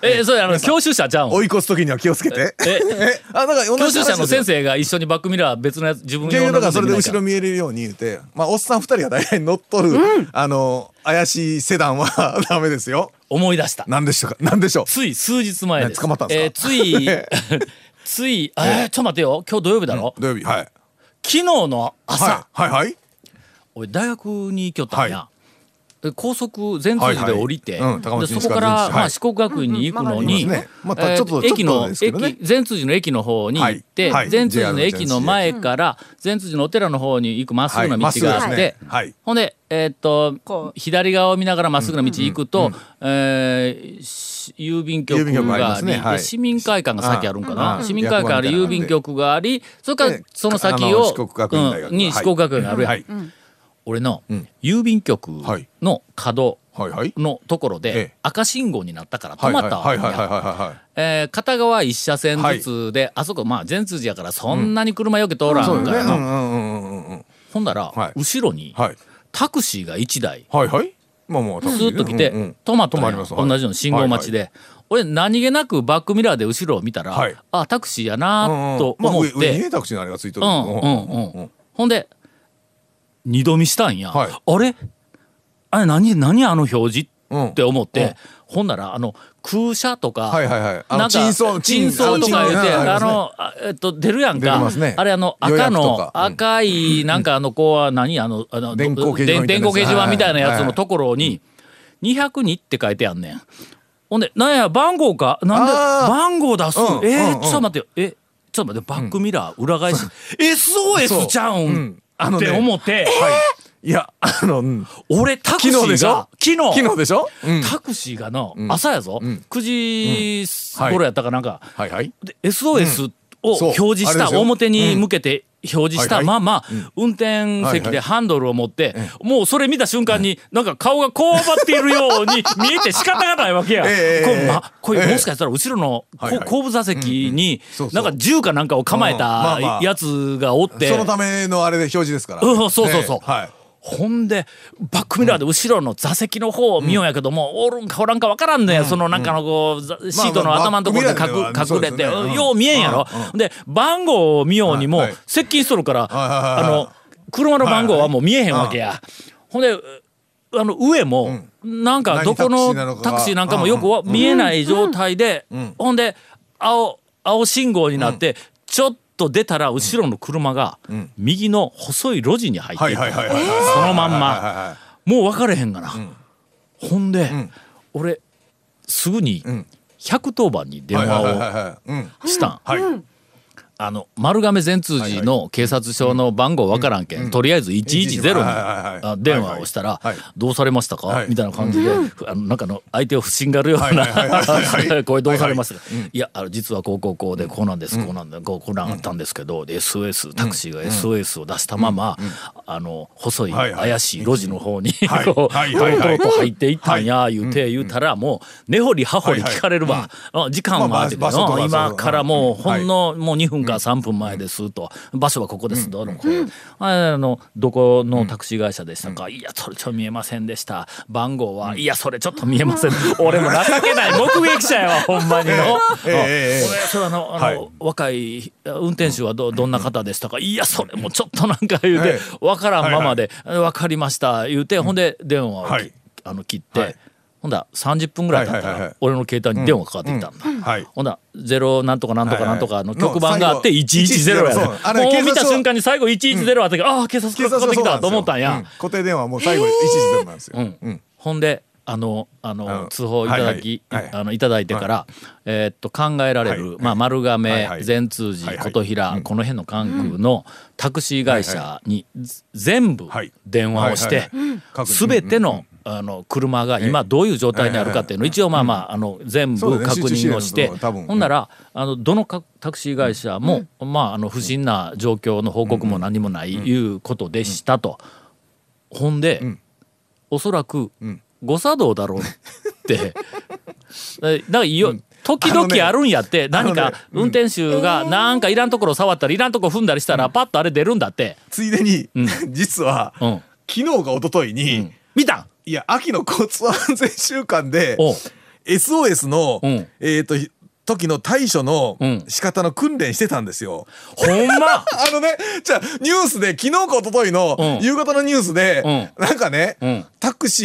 [SPEAKER 1] えそれあの教習車ちゃうん
[SPEAKER 3] 追い越す時には気をつけて
[SPEAKER 1] え
[SPEAKER 3] え あだから同
[SPEAKER 1] 教
[SPEAKER 3] じ
[SPEAKER 1] 習者の先
[SPEAKER 3] 生
[SPEAKER 1] 生が一緒にバックミラー別のやつ自分
[SPEAKER 3] 結
[SPEAKER 1] 用の
[SPEAKER 3] 局だからそれで
[SPEAKER 1] 見ない
[SPEAKER 3] 後ろ見えるように言うてまあおっさん2人が大体乗っとる、あの怪しいセダンは ダメですよ
[SPEAKER 1] 思い出した
[SPEAKER 3] なんでしょうかなんでしょう
[SPEAKER 1] つい数日前です
[SPEAKER 3] ね捕まったんですか
[SPEAKER 1] えーついついえーちょっと待てよ今日土曜日だろ、
[SPEAKER 3] 土曜日はい
[SPEAKER 1] 昨日の朝、
[SPEAKER 3] はいはいはい
[SPEAKER 1] 俺大学に行きよったんや、高速全通寺で降りて、
[SPEAKER 3] はいはいうん高
[SPEAKER 1] で
[SPEAKER 3] 松
[SPEAKER 1] そ
[SPEAKER 3] 西
[SPEAKER 1] こから、
[SPEAKER 3] 川
[SPEAKER 1] まあ、
[SPEAKER 3] はい
[SPEAKER 1] 四国学院に行くのに、
[SPEAKER 3] うんうん曲がりますねまた
[SPEAKER 1] えー
[SPEAKER 3] ちょっとちょっと
[SPEAKER 1] 駅の
[SPEAKER 3] ですけどね
[SPEAKER 1] 駅善通寺の駅の方に行って、
[SPEAKER 3] はいはい
[SPEAKER 1] 善通寺
[SPEAKER 3] JR
[SPEAKER 1] の駅の前から善通寺のお寺の方に行くまっすぐな道があ
[SPEAKER 3] ま
[SPEAKER 1] っ
[SPEAKER 3] っ
[SPEAKER 1] て、
[SPEAKER 3] すぐですね。はい。
[SPEAKER 1] ほんで、えーっと
[SPEAKER 9] こう
[SPEAKER 1] 左側を見ながらまっすぐな道行くと、えーし郵便局
[SPEAKER 3] 郵便局があり
[SPEAKER 1] が
[SPEAKER 3] ま
[SPEAKER 1] あ
[SPEAKER 3] す
[SPEAKER 1] り
[SPEAKER 3] ねはい
[SPEAKER 1] で市民会館が先あるんかな、
[SPEAKER 3] うん
[SPEAKER 1] 市民会館あり
[SPEAKER 3] うん
[SPEAKER 1] 郵便局がありそれから
[SPEAKER 3] で
[SPEAKER 1] その先
[SPEAKER 3] あの
[SPEAKER 1] を
[SPEAKER 3] 四国学院大学
[SPEAKER 1] うんに
[SPEAKER 3] はい
[SPEAKER 1] 四国学院があるやん、
[SPEAKER 3] はい。
[SPEAKER 1] 俺の
[SPEAKER 3] ん
[SPEAKER 1] 郵便局
[SPEAKER 3] はい
[SPEAKER 1] の角
[SPEAKER 3] はいはい。
[SPEAKER 1] のところ
[SPEAKER 3] え
[SPEAKER 1] で
[SPEAKER 3] え
[SPEAKER 1] 赤信号になったから
[SPEAKER 3] は
[SPEAKER 1] 止
[SPEAKER 3] い
[SPEAKER 1] まったわ
[SPEAKER 3] はい
[SPEAKER 1] け
[SPEAKER 3] はいはいはい
[SPEAKER 1] や
[SPEAKER 3] はいはい。
[SPEAKER 1] えー片側一車線ずつで、あそこまあ全通じやからそんなに車よけ通ら
[SPEAKER 3] そ
[SPEAKER 1] ん
[SPEAKER 3] う
[SPEAKER 1] か
[SPEAKER 3] だ
[SPEAKER 1] ら
[SPEAKER 3] よ
[SPEAKER 1] な
[SPEAKER 3] ね。うんうんうんうんうん。
[SPEAKER 1] ほんだら、
[SPEAKER 3] はい
[SPEAKER 1] 後ろに
[SPEAKER 3] はい。
[SPEAKER 1] タクシーが1台
[SPEAKER 3] はいはい。まあまあ、
[SPEAKER 1] スーッと来て、
[SPEAKER 3] うんうん
[SPEAKER 1] 止まったんや
[SPEAKER 3] 止まりますはい
[SPEAKER 1] 同じように信号待ちで、俺何気なくバックミラーで後ろを見たら、
[SPEAKER 3] はい
[SPEAKER 1] あタクシーやなと
[SPEAKER 3] まあ
[SPEAKER 1] 思っ
[SPEAKER 3] 上上に
[SPEAKER 1] て、
[SPEAKER 3] ねタクシーのあれがついて
[SPEAKER 1] う
[SPEAKER 3] る
[SPEAKER 1] んうんうんほんで二度見したんや、
[SPEAKER 3] はい
[SPEAKER 1] あれあれ何何あの表示
[SPEAKER 3] うん
[SPEAKER 1] って思って、
[SPEAKER 3] うん
[SPEAKER 1] ほんならあの空車とか、
[SPEAKER 3] はいはいはいあの
[SPEAKER 1] なんか
[SPEAKER 3] 珍相
[SPEAKER 1] 珍相とか言っ
[SPEAKER 3] 珍相
[SPEAKER 1] て
[SPEAKER 3] ね
[SPEAKER 1] あ
[SPEAKER 3] ありますね
[SPEAKER 1] のあえっと出るやん
[SPEAKER 3] 出て
[SPEAKER 1] か、
[SPEAKER 3] ますね
[SPEAKER 1] あれあの
[SPEAKER 3] 予
[SPEAKER 1] 赤
[SPEAKER 3] 約と
[SPEAKER 1] の
[SPEAKER 3] かうん
[SPEAKER 1] 赤いなんかあのこうは何あのあの
[SPEAKER 3] 電光掲
[SPEAKER 1] 電
[SPEAKER 3] 示板みたいなやつ
[SPEAKER 1] 光掲示板みたいなやつ
[SPEAKER 3] はいは
[SPEAKER 1] の
[SPEAKER 3] い
[SPEAKER 1] ところに202って書いてあんねん。ほんでなんや番号かなんで
[SPEAKER 3] あー
[SPEAKER 1] 番号出す、
[SPEAKER 3] うん
[SPEAKER 1] えー
[SPEAKER 3] うん
[SPEAKER 1] ちょっと待ってよえちょっと待ってバックミラー裏返し、SOS ちゃうん、
[SPEAKER 3] うんあ
[SPEAKER 1] っ
[SPEAKER 3] のね
[SPEAKER 1] て思って、
[SPEAKER 3] いやあのうん
[SPEAKER 1] 俺タクシーが
[SPEAKER 3] 昨日でしょ
[SPEAKER 1] 昨日
[SPEAKER 3] 昨日でしょうん
[SPEAKER 1] タクシーがの、
[SPEAKER 3] ん
[SPEAKER 1] 朝やぞ、
[SPEAKER 3] うん
[SPEAKER 1] 9時
[SPEAKER 3] はい
[SPEAKER 1] 頃やったかなんか、
[SPEAKER 3] はいはい
[SPEAKER 1] で SOS を
[SPEAKER 3] そう
[SPEAKER 1] 表示し
[SPEAKER 3] あれで
[SPEAKER 1] た、
[SPEAKER 3] すよ
[SPEAKER 1] 表に向けて表示した
[SPEAKER 3] はい
[SPEAKER 1] ま
[SPEAKER 3] は
[SPEAKER 1] ま、運転席
[SPEAKER 3] はいは
[SPEAKER 1] で
[SPEAKER 3] い
[SPEAKER 1] ハンドルを持って、もうそれ見た瞬間に、なんか顔がこわばっているように見えて仕方がないわけや。
[SPEAKER 3] ええ
[SPEAKER 1] こうま、こういう、
[SPEAKER 3] ええ
[SPEAKER 1] もしかしたら後ろの、こう
[SPEAKER 3] はいはい
[SPEAKER 1] 後部座席に
[SPEAKER 3] そう、そ
[SPEAKER 1] な
[SPEAKER 3] うん
[SPEAKER 1] か銃かなんかを構え
[SPEAKER 3] うんまあま
[SPEAKER 1] た
[SPEAKER 3] あ
[SPEAKER 1] やつがおって、
[SPEAKER 3] そのためのあれで表示ですから
[SPEAKER 1] うんそうそうそう
[SPEAKER 3] ねはい
[SPEAKER 1] ほんでバックミラーで後ろの座席の方を見ようやけども、おるんかおらんかわからんね、そのなんかのこうざシートの頭のところで
[SPEAKER 3] まあ
[SPEAKER 1] 隠,、
[SPEAKER 3] まあバックミ
[SPEAKER 1] 隠
[SPEAKER 3] ラ
[SPEAKER 1] れて、
[SPEAKER 3] ーではそうですねうん
[SPEAKER 1] よう見えんやろ、で番号を見ようにも、
[SPEAKER 3] はいはい
[SPEAKER 1] 接近しとるから、
[SPEAKER 3] はいはいは
[SPEAKER 1] あ
[SPEAKER 3] い
[SPEAKER 1] の車の番号はもう見えへんわけや、ほんであの上も、なんかどこの
[SPEAKER 3] 何タクシーなのか
[SPEAKER 1] タクシーなんかもよくわ見えない状態で、ほんで青青信号になって、ちょっと出たら後ろの車が右の細い路地に入ってい
[SPEAKER 3] は
[SPEAKER 1] っ
[SPEAKER 3] い
[SPEAKER 1] た
[SPEAKER 3] はいはいはい
[SPEAKER 1] そのまん
[SPEAKER 3] はいはい
[SPEAKER 1] ま
[SPEAKER 3] はいはい
[SPEAKER 1] もう分かれへんがな、ほんで、俺すぐに
[SPEAKER 3] ん
[SPEAKER 1] 110番に電
[SPEAKER 3] はいはいは
[SPEAKER 1] 話
[SPEAKER 3] いはいうん
[SPEAKER 1] をしたん
[SPEAKER 3] はい
[SPEAKER 1] あの丸亀善通寺の警察署の番号分からんけん、とりあえず110に
[SPEAKER 3] はいはいはい
[SPEAKER 1] あ電話をしたら
[SPEAKER 3] はい
[SPEAKER 1] 「どうされましたか?
[SPEAKER 3] は」い
[SPEAKER 1] みたいな感じであのなんかの相手を不審がるよう
[SPEAKER 3] はいはいはいは
[SPEAKER 1] ない 声どうされましたかいやあの実はこうこうこうでこうなんですこうなんだこうこうなんあったんですけどで SOS タクシーが SOS を出したままあの細い
[SPEAKER 3] はいはい
[SPEAKER 1] 怪しい路地の方に
[SPEAKER 3] はい
[SPEAKER 1] こう
[SPEAKER 3] はい
[SPEAKER 1] ト
[SPEAKER 3] は
[SPEAKER 1] ロ
[SPEAKER 3] い
[SPEAKER 1] ト
[SPEAKER 3] は
[SPEAKER 1] ロ
[SPEAKER 3] い
[SPEAKER 1] と入っていったんや言うて言うたらもう根掘り葉掘り聞かれるわあ時間
[SPEAKER 3] まあ
[SPEAKER 1] は
[SPEAKER 3] まあ
[SPEAKER 1] あって
[SPEAKER 3] 場所とか
[SPEAKER 1] の今
[SPEAKER 3] そう
[SPEAKER 1] からもう
[SPEAKER 3] はい
[SPEAKER 1] ほんののもう2分から3分前ですと、場所はここですどうのこうのあのどこのタクシー会社でしたか、いやそれちょっと見えませんでした番号は、いやそれちょっと見えません俺も情け ない目撃者やわほんまにの。
[SPEAKER 3] ええええ
[SPEAKER 1] 俺それあのあの、
[SPEAKER 3] はい
[SPEAKER 1] 若い運転手はどどんな方でしたか、いやそれもうちょっとなんか言うて、
[SPEAKER 3] え
[SPEAKER 1] 分からんままで、分かりました言うてほんで電話をき、
[SPEAKER 3] はい
[SPEAKER 1] あの切って、
[SPEAKER 3] はい
[SPEAKER 1] ほんだら30分ぐらい経ったら、
[SPEAKER 3] はいはいはいはい
[SPEAKER 1] 俺の携帯に電話かかってきたんだ、
[SPEAKER 3] はい
[SPEAKER 1] ほんなゼロなんとかなんとかなんとかの局番があって
[SPEAKER 3] はいはい
[SPEAKER 1] 110やね
[SPEAKER 3] そうあれ
[SPEAKER 1] もう見
[SPEAKER 3] 警
[SPEAKER 1] た
[SPEAKER 3] 察署
[SPEAKER 1] 瞬間に最後110あったけど、ああ警察
[SPEAKER 3] 警
[SPEAKER 1] か
[SPEAKER 3] 察
[SPEAKER 1] かっ
[SPEAKER 3] は
[SPEAKER 1] て
[SPEAKER 3] そ
[SPEAKER 1] き
[SPEAKER 3] う
[SPEAKER 1] た
[SPEAKER 3] なんですよ
[SPEAKER 1] と思ったんや
[SPEAKER 3] う。固定電話はもう最後一時電話なんですよ
[SPEAKER 1] うん
[SPEAKER 3] うん
[SPEAKER 1] ほんであのあの、
[SPEAKER 3] うん
[SPEAKER 1] 通報いただき、
[SPEAKER 3] はいはいはい
[SPEAKER 1] あのいただいてから、えーっと考えられる、
[SPEAKER 3] はい
[SPEAKER 1] まあ、丸亀、
[SPEAKER 3] はいはい
[SPEAKER 1] 善通寺、
[SPEAKER 3] はいはい
[SPEAKER 1] 琴平、この辺の関空のタクシー会社に、ず全部
[SPEAKER 3] はい
[SPEAKER 1] 電話をし
[SPEAKER 3] はい
[SPEAKER 1] て
[SPEAKER 3] はいはい各自
[SPEAKER 1] 全てのあの車が今どういう状態にあるかっていうのを一応まあまああの全
[SPEAKER 3] そう
[SPEAKER 1] 部
[SPEAKER 3] だね
[SPEAKER 1] 確認をして
[SPEAKER 3] 集中してるの多分
[SPEAKER 1] ほんならあのどのかタクシー会社もまああの不審な状況の報告も何もないいうことでしたと。ほんで、おそらく誤作動だろう って。えなんかよ、時
[SPEAKER 3] あのね
[SPEAKER 1] 々あるんやって、何
[SPEAKER 3] あの
[SPEAKER 1] か
[SPEAKER 3] ね
[SPEAKER 1] 運転手がなんかいらんところ触ったりいらんとこ踏んだりしたらパッとあれ出るんだって。
[SPEAKER 3] ついでに
[SPEAKER 1] ん
[SPEAKER 3] 実は
[SPEAKER 1] う
[SPEAKER 3] 昨
[SPEAKER 1] ん。
[SPEAKER 3] 日か一昨日
[SPEAKER 1] う
[SPEAKER 3] に
[SPEAKER 1] ん見た
[SPEAKER 3] いや秋の交通安全週間で
[SPEAKER 1] おう
[SPEAKER 3] SOS の
[SPEAKER 1] うん
[SPEAKER 3] えっと時の対処の
[SPEAKER 1] うん
[SPEAKER 3] 仕方の訓練してたんですよ。
[SPEAKER 1] ほんま
[SPEAKER 3] あのね、じゃあニュースで昨日か一昨日の
[SPEAKER 1] うん
[SPEAKER 3] 夕方のニュースで、
[SPEAKER 1] う
[SPEAKER 3] なんかね、
[SPEAKER 1] うん
[SPEAKER 3] タクシ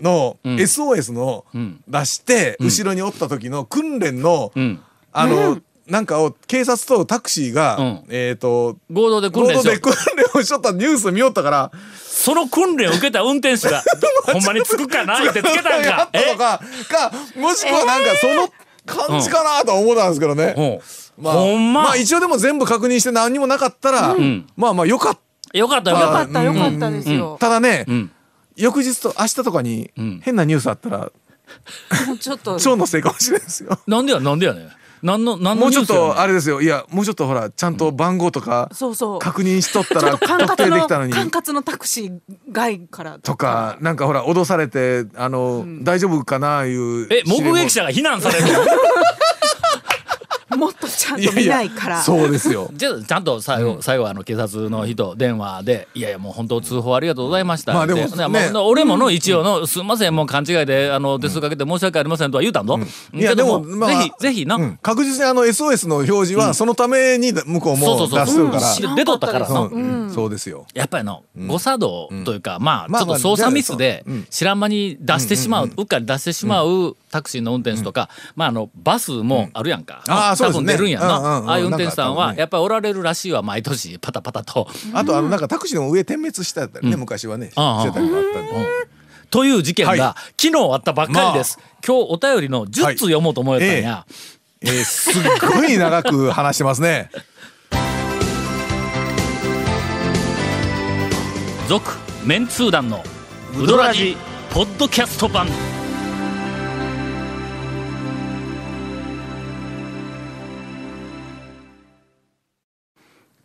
[SPEAKER 3] ーの
[SPEAKER 1] ん
[SPEAKER 3] SOS の
[SPEAKER 1] ん
[SPEAKER 3] 出して、後ろにおった時の訓練の、
[SPEAKER 1] うん。
[SPEAKER 3] あの、なんかを警察とタクシーが、
[SPEAKER 1] うん
[SPEAKER 3] えっ、と
[SPEAKER 1] 合同で訓
[SPEAKER 3] 合
[SPEAKER 1] 練
[SPEAKER 3] 同
[SPEAKER 1] しよ
[SPEAKER 3] で
[SPEAKER 1] う
[SPEAKER 3] 訓練をしとったニュース見よったから
[SPEAKER 1] その訓練を受けた運転手 がほんまにつくかなってつけたん
[SPEAKER 3] や
[SPEAKER 1] か
[SPEAKER 3] っ
[SPEAKER 1] え
[SPEAKER 3] たのかかもしくはなんかその感じかなとは思ったんですけどね、
[SPEAKER 1] ほう
[SPEAKER 3] まあ、
[SPEAKER 1] ほんま
[SPEAKER 3] あ一応でも全部確認して何にもなかったら、まあまあよかっ
[SPEAKER 1] よかったよ
[SPEAKER 9] よか
[SPEAKER 1] かっ
[SPEAKER 9] ったよかったですよ
[SPEAKER 3] た。ただね、
[SPEAKER 1] ん
[SPEAKER 3] 翌日と明日とかに変なニュースあったら
[SPEAKER 9] もうちょっと
[SPEAKER 3] 腸のせいかもしれないですよ。
[SPEAKER 1] たなんでやなんでやねんなんのなんの
[SPEAKER 3] もう
[SPEAKER 1] ニ
[SPEAKER 3] ち
[SPEAKER 1] ュー
[SPEAKER 3] ょっ
[SPEAKER 1] スやねん
[SPEAKER 3] とあれですよいやもうちょっとほらちゃんと番号とか
[SPEAKER 9] そうそう。
[SPEAKER 3] 確認しとったら
[SPEAKER 9] 管
[SPEAKER 3] 特
[SPEAKER 9] 轄
[SPEAKER 3] 定で
[SPEAKER 9] の
[SPEAKER 3] きたのに
[SPEAKER 9] 管轄のタクシー外から
[SPEAKER 3] とかなんかほら脅されてあの、大丈夫かないう
[SPEAKER 1] え目撃者が非難されるの
[SPEAKER 9] もっとちゃん
[SPEAKER 3] い
[SPEAKER 9] と
[SPEAKER 3] やい
[SPEAKER 9] 見ない
[SPEAKER 3] や
[SPEAKER 9] から。
[SPEAKER 3] そうですよ
[SPEAKER 1] じゃあちゃんと最後、最後あの警察の人電話で「いやいやもう本当通報ありがとうございました」
[SPEAKER 3] まあでも
[SPEAKER 1] って
[SPEAKER 3] ね
[SPEAKER 1] まあ俺もの一応の「すんませんもう勘違いであの手数かけて申し訳ありません」とは言うたんぞ、
[SPEAKER 3] いや
[SPEAKER 1] けど
[SPEAKER 3] でもまあ
[SPEAKER 1] ぜひぜひな、
[SPEAKER 3] うん確実にあの SOS の表示はそのために向こう
[SPEAKER 1] そ
[SPEAKER 3] も
[SPEAKER 1] う
[SPEAKER 3] 出
[SPEAKER 1] そう
[SPEAKER 3] し
[SPEAKER 1] そ
[SPEAKER 3] と
[SPEAKER 1] う、
[SPEAKER 3] るか
[SPEAKER 9] 知ら
[SPEAKER 3] ら
[SPEAKER 9] ん
[SPEAKER 1] 出とったから
[SPEAKER 9] 知らんか
[SPEAKER 1] の
[SPEAKER 3] う
[SPEAKER 9] っ。たです
[SPEAKER 3] んそうですよ
[SPEAKER 1] やっぱりの、誤作動というか、まあ、
[SPEAKER 3] まあ
[SPEAKER 1] ちょっと操作ミスで
[SPEAKER 3] まあまあ
[SPEAKER 1] 知らん間に出してしまう、うっかり出してしまうタクシーの運転手とか、まああのバスもあるやんか、
[SPEAKER 3] ああそ
[SPEAKER 1] 多
[SPEAKER 3] うです
[SPEAKER 1] 分
[SPEAKER 3] ね
[SPEAKER 1] 出るんやな、
[SPEAKER 3] うんうんうん
[SPEAKER 1] ああいう運転手さん
[SPEAKER 3] なんかあった
[SPEAKER 1] は
[SPEAKER 3] ね
[SPEAKER 1] やっぱりおられるらしいわ毎年パタパタと。
[SPEAKER 3] あとあのなんかタクシーの上点滅したやったりね昔はねしてた
[SPEAKER 1] ああ
[SPEAKER 3] りもあったんで
[SPEAKER 1] という事件が、
[SPEAKER 3] はい
[SPEAKER 1] 昨日あったばっかりです、今日お便りの10通読もうと思えたんや、
[SPEAKER 3] えーすっごい長く話してます ね
[SPEAKER 1] 続メンツー団のウドラジポッドキャスト版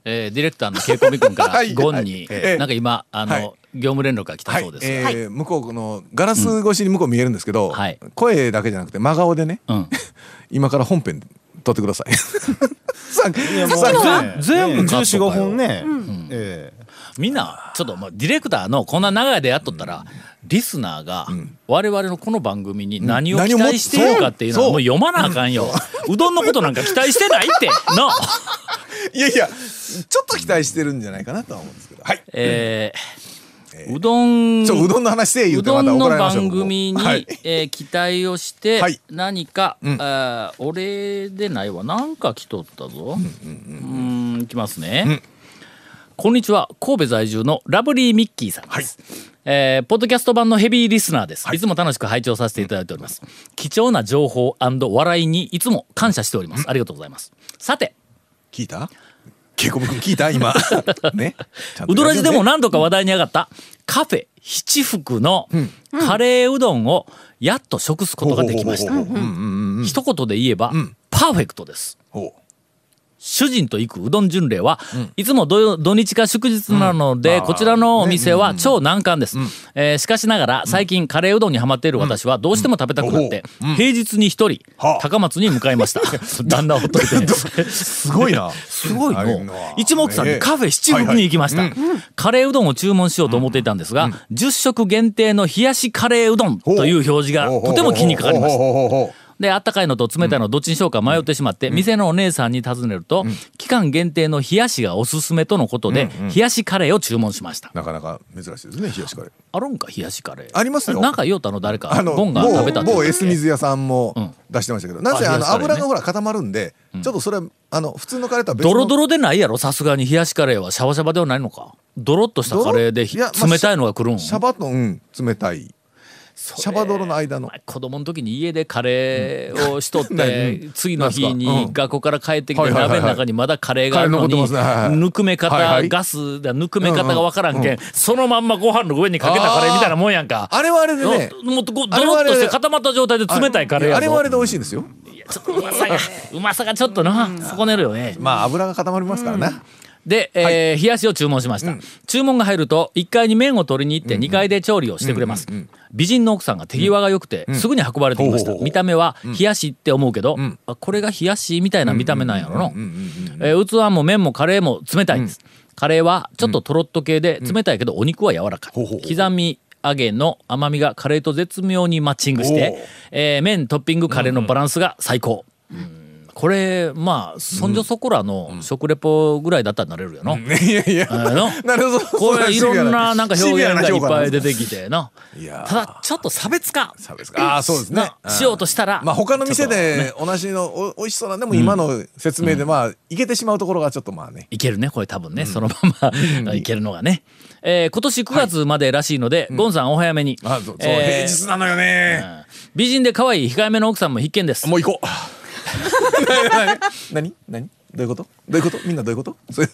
[SPEAKER 1] えー、ディレクターのケイコミ君か
[SPEAKER 3] は
[SPEAKER 1] ら
[SPEAKER 3] い
[SPEAKER 1] ゴンに、
[SPEAKER 3] ええ
[SPEAKER 1] なんか今あの、
[SPEAKER 3] はい
[SPEAKER 1] 業務連絡が来た
[SPEAKER 3] はい
[SPEAKER 1] そうです、
[SPEAKER 3] えー向こうのガラス越しに向こう見えるんですけど
[SPEAKER 1] はい
[SPEAKER 3] 声だけじゃなくて真顔でね
[SPEAKER 1] うん、
[SPEAKER 3] 今から本編撮ってくださ いさ
[SPEAKER 8] もう
[SPEAKER 3] さ
[SPEAKER 8] ね
[SPEAKER 1] 全部カッ
[SPEAKER 8] 14
[SPEAKER 1] トかよ
[SPEAKER 8] 15本ね、ええ。
[SPEAKER 1] みんなちょっともうディレクターのこんな長いでやっとったら、リスナーが我々のこの番組に何を
[SPEAKER 3] うん
[SPEAKER 1] 期待しているかっていうの
[SPEAKER 3] そ
[SPEAKER 1] は
[SPEAKER 3] う
[SPEAKER 1] もう読まなあかんよ、うどんのことなんか期待してないっての
[SPEAKER 3] いやいやちょっと期待してるんじゃないかなとは思うんですけどはい
[SPEAKER 1] えーうどん
[SPEAKER 3] ちょうどんの話せえ言
[SPEAKER 1] う
[SPEAKER 3] うて
[SPEAKER 1] ど
[SPEAKER 3] ま
[SPEAKER 1] ん
[SPEAKER 3] た
[SPEAKER 1] の
[SPEAKER 3] 怒られました
[SPEAKER 1] 番組に、
[SPEAKER 3] はい
[SPEAKER 1] えー期待をして、
[SPEAKER 3] はい
[SPEAKER 1] 何か、
[SPEAKER 3] うん
[SPEAKER 1] あーお礼でないわなんか来とったぞうんんいきますね、こんにちは神戸在住のラブリーミッキーさんです、えーポッドキャスト版のヘビーリスナーです、い、つも楽しく拝聴させていただいております、貴重な情報笑いにいつも感謝しております、ありがとうございますさて
[SPEAKER 3] 聞いたケイコブ君聞いた 今ねちゃんと
[SPEAKER 1] うどらじでも何度か話題に上がったカフェ七福のカレーうどんをやっと食すことができました
[SPEAKER 3] ほうほうほうほううんうんうん
[SPEAKER 1] 一言で言えば、パーフェクトです
[SPEAKER 3] ほ
[SPEAKER 1] 主人と行くうどん巡礼は、いつも土土日か祝日なので、こちらのお店は超難関です、えーしかしながら最近カレーうどんにはまっている私はどうしても食べたくなって、平日に一人、
[SPEAKER 3] はあ
[SPEAKER 1] 高松に向かいました 旦那をほっとい てす
[SPEAKER 3] うすごいな
[SPEAKER 1] すごい
[SPEAKER 3] あれ
[SPEAKER 1] の
[SPEAKER 3] な
[SPEAKER 1] 一目散
[SPEAKER 3] え
[SPEAKER 1] に
[SPEAKER 3] え
[SPEAKER 1] カフェ七福に行きました、カレーうどんを注文しようと思っていたんですが、10食限定の冷やしカレーうどんという表示がとても気にかかりました
[SPEAKER 3] ほうほうほうほうほう
[SPEAKER 1] であったかいのと冷たいのどっちにしようか迷ってしまって、店のお姉さんに尋ねると、期間限定の冷やしがおすすめとのことで、冷やしカレーを注文しました
[SPEAKER 3] なかなか珍しいですね冷やしカレー
[SPEAKER 1] あるんか冷やしカレー
[SPEAKER 3] ありますよ
[SPEAKER 1] なんか言うたの誰か
[SPEAKER 3] あの
[SPEAKER 1] ゴンが食べたって言
[SPEAKER 3] 某某
[SPEAKER 1] う
[SPEAKER 3] エ
[SPEAKER 1] たっ
[SPEAKER 3] ス
[SPEAKER 1] け
[SPEAKER 3] 水屋さんも
[SPEAKER 1] うん
[SPEAKER 3] 出してましたけど、なんせ
[SPEAKER 1] あ
[SPEAKER 3] あ
[SPEAKER 1] 冷や
[SPEAKER 3] の
[SPEAKER 1] しカレーね
[SPEAKER 3] 油がほら固まるんで、ちょっとそれあの普通のカレーとは別の
[SPEAKER 1] ドロドロでないやろさすがに冷やしカレーはシャバシャバではないのかドロッとしたカレーでひ
[SPEAKER 3] ドロいやまあ
[SPEAKER 1] 冷たいのが来るん
[SPEAKER 3] シャバとうん冷たいシャバドロの間の
[SPEAKER 1] まあ子供の時に家でカレーをしと って、次の日
[SPEAKER 3] なんすか
[SPEAKER 1] に
[SPEAKER 3] うん
[SPEAKER 1] 学校から帰ってき
[SPEAKER 3] は
[SPEAKER 1] て
[SPEAKER 3] いはいはいは
[SPEAKER 1] 鍋
[SPEAKER 3] い
[SPEAKER 1] の中にまだカレーがあるのに、
[SPEAKER 3] カレー残ってますねはいはい
[SPEAKER 1] ぬくめ方、
[SPEAKER 3] はいはい
[SPEAKER 1] ガスだぬくめ方がわからんけん、そのまんまご飯の上にかけたカレーみたいなもんやんか。
[SPEAKER 3] あれはあれで
[SPEAKER 1] の
[SPEAKER 3] ね
[SPEAKER 1] もっとこう
[SPEAKER 3] あ
[SPEAKER 1] ド
[SPEAKER 3] れ
[SPEAKER 1] ロ
[SPEAKER 3] はあ
[SPEAKER 1] ッ
[SPEAKER 3] れ
[SPEAKER 1] と
[SPEAKER 3] で
[SPEAKER 1] して固まった状態で冷たいカレーやぞ
[SPEAKER 3] あれはあれで美味しいんですよ
[SPEAKER 1] いやちょ っとうまさがうまさがちょっとな損ねるよね。
[SPEAKER 3] まあ油が固まりますからね、
[SPEAKER 1] で、えー冷やしを注文しました、注文が入ると1階に麺を取りに行って2階で調理をしてくれます、美人の奥さんが手際が良くて、すぐに運ばれてきました、
[SPEAKER 3] ほうほうほう
[SPEAKER 1] 見た目は冷やしって思うけど、あこれが冷やしみたいな見た目なんやろの、えー器も麺もカレーも冷たいです、カレーはちょっととろっと系で冷たいけどお肉は柔らかい、
[SPEAKER 3] ほうほうほう
[SPEAKER 1] 刻み揚げの甘みがカレーと絶妙にマッチングして
[SPEAKER 3] おう、
[SPEAKER 1] えー麺トッピングカレーのバランスが最高、うんこれまあそんじょそこらの食レポぐらいだったらなれるよな。
[SPEAKER 3] いやい や
[SPEAKER 1] あの
[SPEAKER 3] なるほど
[SPEAKER 1] こ
[SPEAKER 3] そう
[SPEAKER 1] れい
[SPEAKER 3] シビ
[SPEAKER 1] ろ
[SPEAKER 3] ア
[SPEAKER 1] んななんか
[SPEAKER 3] シビ
[SPEAKER 1] 表
[SPEAKER 3] ア
[SPEAKER 1] 現
[SPEAKER 3] な
[SPEAKER 1] がいっ
[SPEAKER 3] 評価
[SPEAKER 1] ぱ
[SPEAKER 3] ないんで
[SPEAKER 1] 出
[SPEAKER 3] す
[SPEAKER 1] てきてな。
[SPEAKER 3] いやー
[SPEAKER 1] ただちょっと差別化
[SPEAKER 3] 差別がああそうですね
[SPEAKER 1] なしようとしたら。
[SPEAKER 3] まあ他の
[SPEAKER 1] ちょ
[SPEAKER 3] 店
[SPEAKER 1] っとね
[SPEAKER 3] で同じのお美味しそうなんでも今の説明でまあいけてしまうところがちょっとまあね
[SPEAKER 1] いけるねこれ多分ね、そのままいけるのがね、えー今年9月までらしいので、ゴンさんお早めに、
[SPEAKER 3] あそうそう
[SPEAKER 1] え
[SPEAKER 3] 平
[SPEAKER 1] ー
[SPEAKER 3] 日なのよね
[SPEAKER 1] うん美人で可愛い控えめの奥さんも必見です
[SPEAKER 3] もう行こう 何何どういうことどういうことみんなどういうことそういう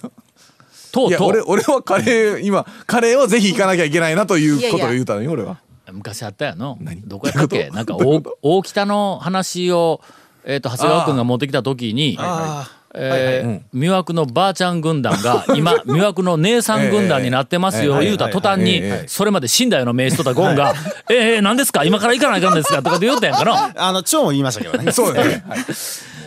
[SPEAKER 1] とう
[SPEAKER 3] いや
[SPEAKER 1] と
[SPEAKER 3] 俺
[SPEAKER 1] う
[SPEAKER 3] 俺はカレー今カレーはぜひ行かなきゃいけないなということを言うたのに俺は
[SPEAKER 1] 昔あったやの
[SPEAKER 3] 何
[SPEAKER 1] どこやったっ
[SPEAKER 3] どうい
[SPEAKER 1] け
[SPEAKER 3] うこと
[SPEAKER 1] なんか
[SPEAKER 3] どうい
[SPEAKER 1] 大
[SPEAKER 3] うこ
[SPEAKER 1] 大北の話を、えー、と長谷川君が持ってきた時にえー魅惑のばあちゃん軍団 が今魅惑の姉さん軍団になってますよ
[SPEAKER 3] ええええ
[SPEAKER 1] 言うた途端に
[SPEAKER 3] ええええ
[SPEAKER 1] それまで死んだよの名刺とったゴンが「 ええええ何ですか今から行かないかんですか」とかって言うたやんか の
[SPEAKER 8] あの、蝶も言いましたけどね。
[SPEAKER 3] そうだね、はい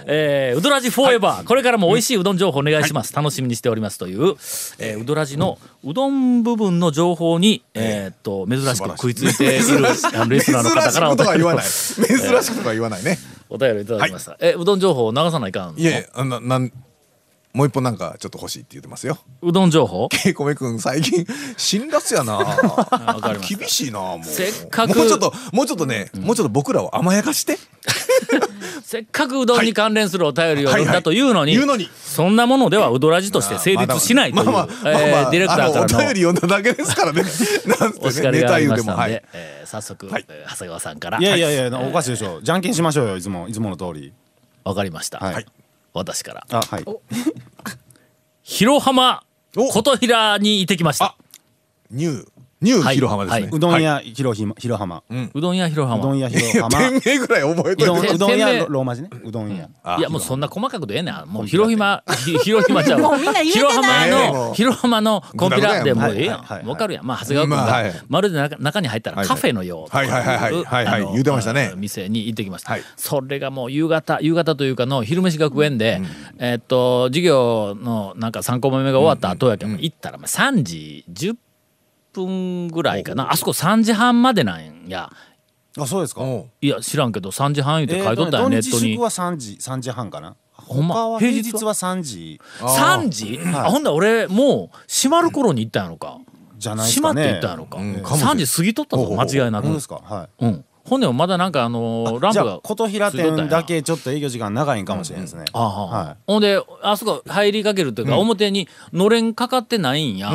[SPEAKER 1] えー、うどらじフォーエバー、これからも美味しいうどん情報お願いします、楽しみにしておりますという、えー、うどらじのうどん部分の情報に、えーっと珍しく食いついているあの リス
[SPEAKER 3] 珍
[SPEAKER 1] ナーの
[SPEAKER 3] し
[SPEAKER 1] 方か
[SPEAKER 3] く
[SPEAKER 1] らお
[SPEAKER 3] とか
[SPEAKER 1] 便り
[SPEAKER 3] 言わ
[SPEAKER 1] を
[SPEAKER 3] ない珍しくとか言わないね
[SPEAKER 1] お便りいただきました、えうどん情報を流さないかんの
[SPEAKER 3] いやいやあのなんもう一本なんかちょっと欲しいって言ってますよ
[SPEAKER 1] うどん情報
[SPEAKER 3] ケイコメ君最近辛辣 やな
[SPEAKER 1] かりました
[SPEAKER 3] 厳しいなもう
[SPEAKER 1] せっかく
[SPEAKER 3] もうちょっともうちょっとね、もうちょっと僕らを甘やかして
[SPEAKER 1] せっかくうどんに関連するお便りを読ん
[SPEAKER 3] はいは
[SPEAKER 1] だ
[SPEAKER 3] い
[SPEAKER 1] というのに,、
[SPEAKER 3] 言うのに
[SPEAKER 1] そんなものではうどらじとして成立しないという、
[SPEAKER 3] まあまあまあまあ
[SPEAKER 1] え
[SPEAKER 3] まあ
[SPEAKER 1] ーディレクター
[SPEAKER 3] あの
[SPEAKER 1] から
[SPEAKER 3] お便
[SPEAKER 1] の
[SPEAKER 3] り読んだだけで すからねなん
[SPEAKER 1] お
[SPEAKER 3] て
[SPEAKER 1] 叱り
[SPEAKER 3] ねネ
[SPEAKER 1] があ
[SPEAKER 3] タ
[SPEAKER 1] り
[SPEAKER 3] 言う
[SPEAKER 1] ま
[SPEAKER 3] て
[SPEAKER 1] し
[SPEAKER 3] も
[SPEAKER 1] たので、
[SPEAKER 3] はい
[SPEAKER 1] えー早速、
[SPEAKER 3] はい
[SPEAKER 1] えー長谷川さんから
[SPEAKER 8] いやいやいや、おかしいでしょう。じゃんけんしましょうよ、いつも、いつもの通り。
[SPEAKER 1] わかりました、
[SPEAKER 8] はい
[SPEAKER 1] 私から
[SPEAKER 8] あ、はい。
[SPEAKER 1] 広浜
[SPEAKER 3] お
[SPEAKER 1] 琴平に行ってきました
[SPEAKER 3] ニューニュー広浜ですね、
[SPEAKER 1] はいう
[SPEAKER 8] どん屋広ひま広浜。う
[SPEAKER 1] うどん屋広浜
[SPEAKER 8] どん屋広浜。
[SPEAKER 3] 店名ぐらい覚え
[SPEAKER 8] う
[SPEAKER 3] とい
[SPEAKER 8] ど
[SPEAKER 3] て
[SPEAKER 8] ん
[SPEAKER 1] て
[SPEAKER 8] うどん
[SPEAKER 1] 店名
[SPEAKER 8] 屋ロローマ字ね。うどん屋。
[SPEAKER 1] いやもうそんな細かくでええねんもう広島ひ広島ちゃうわ
[SPEAKER 6] もうみんな言えてない
[SPEAKER 1] 広浜
[SPEAKER 3] ねえも
[SPEAKER 1] の
[SPEAKER 3] う
[SPEAKER 1] 広浜のコンピラでもうええや
[SPEAKER 8] はいはいは
[SPEAKER 1] ん
[SPEAKER 8] い
[SPEAKER 1] わかるやんまあ長谷川君
[SPEAKER 3] まあは
[SPEAKER 1] が
[SPEAKER 3] い
[SPEAKER 1] まるで中中に入ったらカフェのようと
[SPEAKER 3] はいはいはいはいはいはい
[SPEAKER 1] あの
[SPEAKER 3] 言うてましたね
[SPEAKER 1] あの店に行ってきました
[SPEAKER 3] はい
[SPEAKER 1] それがもう夕方夕方というかの昼飯学園でえっと授業のなんか3コマ目が終わった後やけど行ったらまあ3時10分ぐらいかなあそこ3時半までなんや
[SPEAKER 8] あ、そうですか。
[SPEAKER 3] おう
[SPEAKER 1] いや知らんけど3時半言って書いとったんや
[SPEAKER 8] え
[SPEAKER 1] ネ
[SPEAKER 8] ー
[SPEAKER 1] ット
[SPEAKER 8] とね土
[SPEAKER 1] に
[SPEAKER 8] 日。は三時三時半かな。
[SPEAKER 1] ほんま
[SPEAKER 8] 他は
[SPEAKER 1] 平
[SPEAKER 8] 平
[SPEAKER 1] 日は
[SPEAKER 8] 日は三時
[SPEAKER 1] 3時、あほんなら俺もう閉まる頃に行ったんやろか、
[SPEAKER 8] じゃないです
[SPEAKER 1] 閉ま
[SPEAKER 8] か
[SPEAKER 1] って
[SPEAKER 8] ね。
[SPEAKER 1] 行ったんやろか,、
[SPEAKER 3] うんかもしれ
[SPEAKER 1] 3
[SPEAKER 3] ん
[SPEAKER 1] 時過ぎとったぞ
[SPEAKER 3] ほうほうほう
[SPEAKER 1] 間違いなく、
[SPEAKER 8] そう
[SPEAKER 1] う
[SPEAKER 8] ですか。はい。
[SPEAKER 1] ん、ほんでもまだなんかあのーラン
[SPEAKER 8] じ
[SPEAKER 1] プ
[SPEAKER 8] ゃあ
[SPEAKER 1] が
[SPEAKER 8] 琴平店だけちょっと営業時間長いんかもしれないですね。
[SPEAKER 1] ああ、
[SPEAKER 8] は
[SPEAKER 1] ほんであそこ入りかけるというか、表にのれんかかってないんや、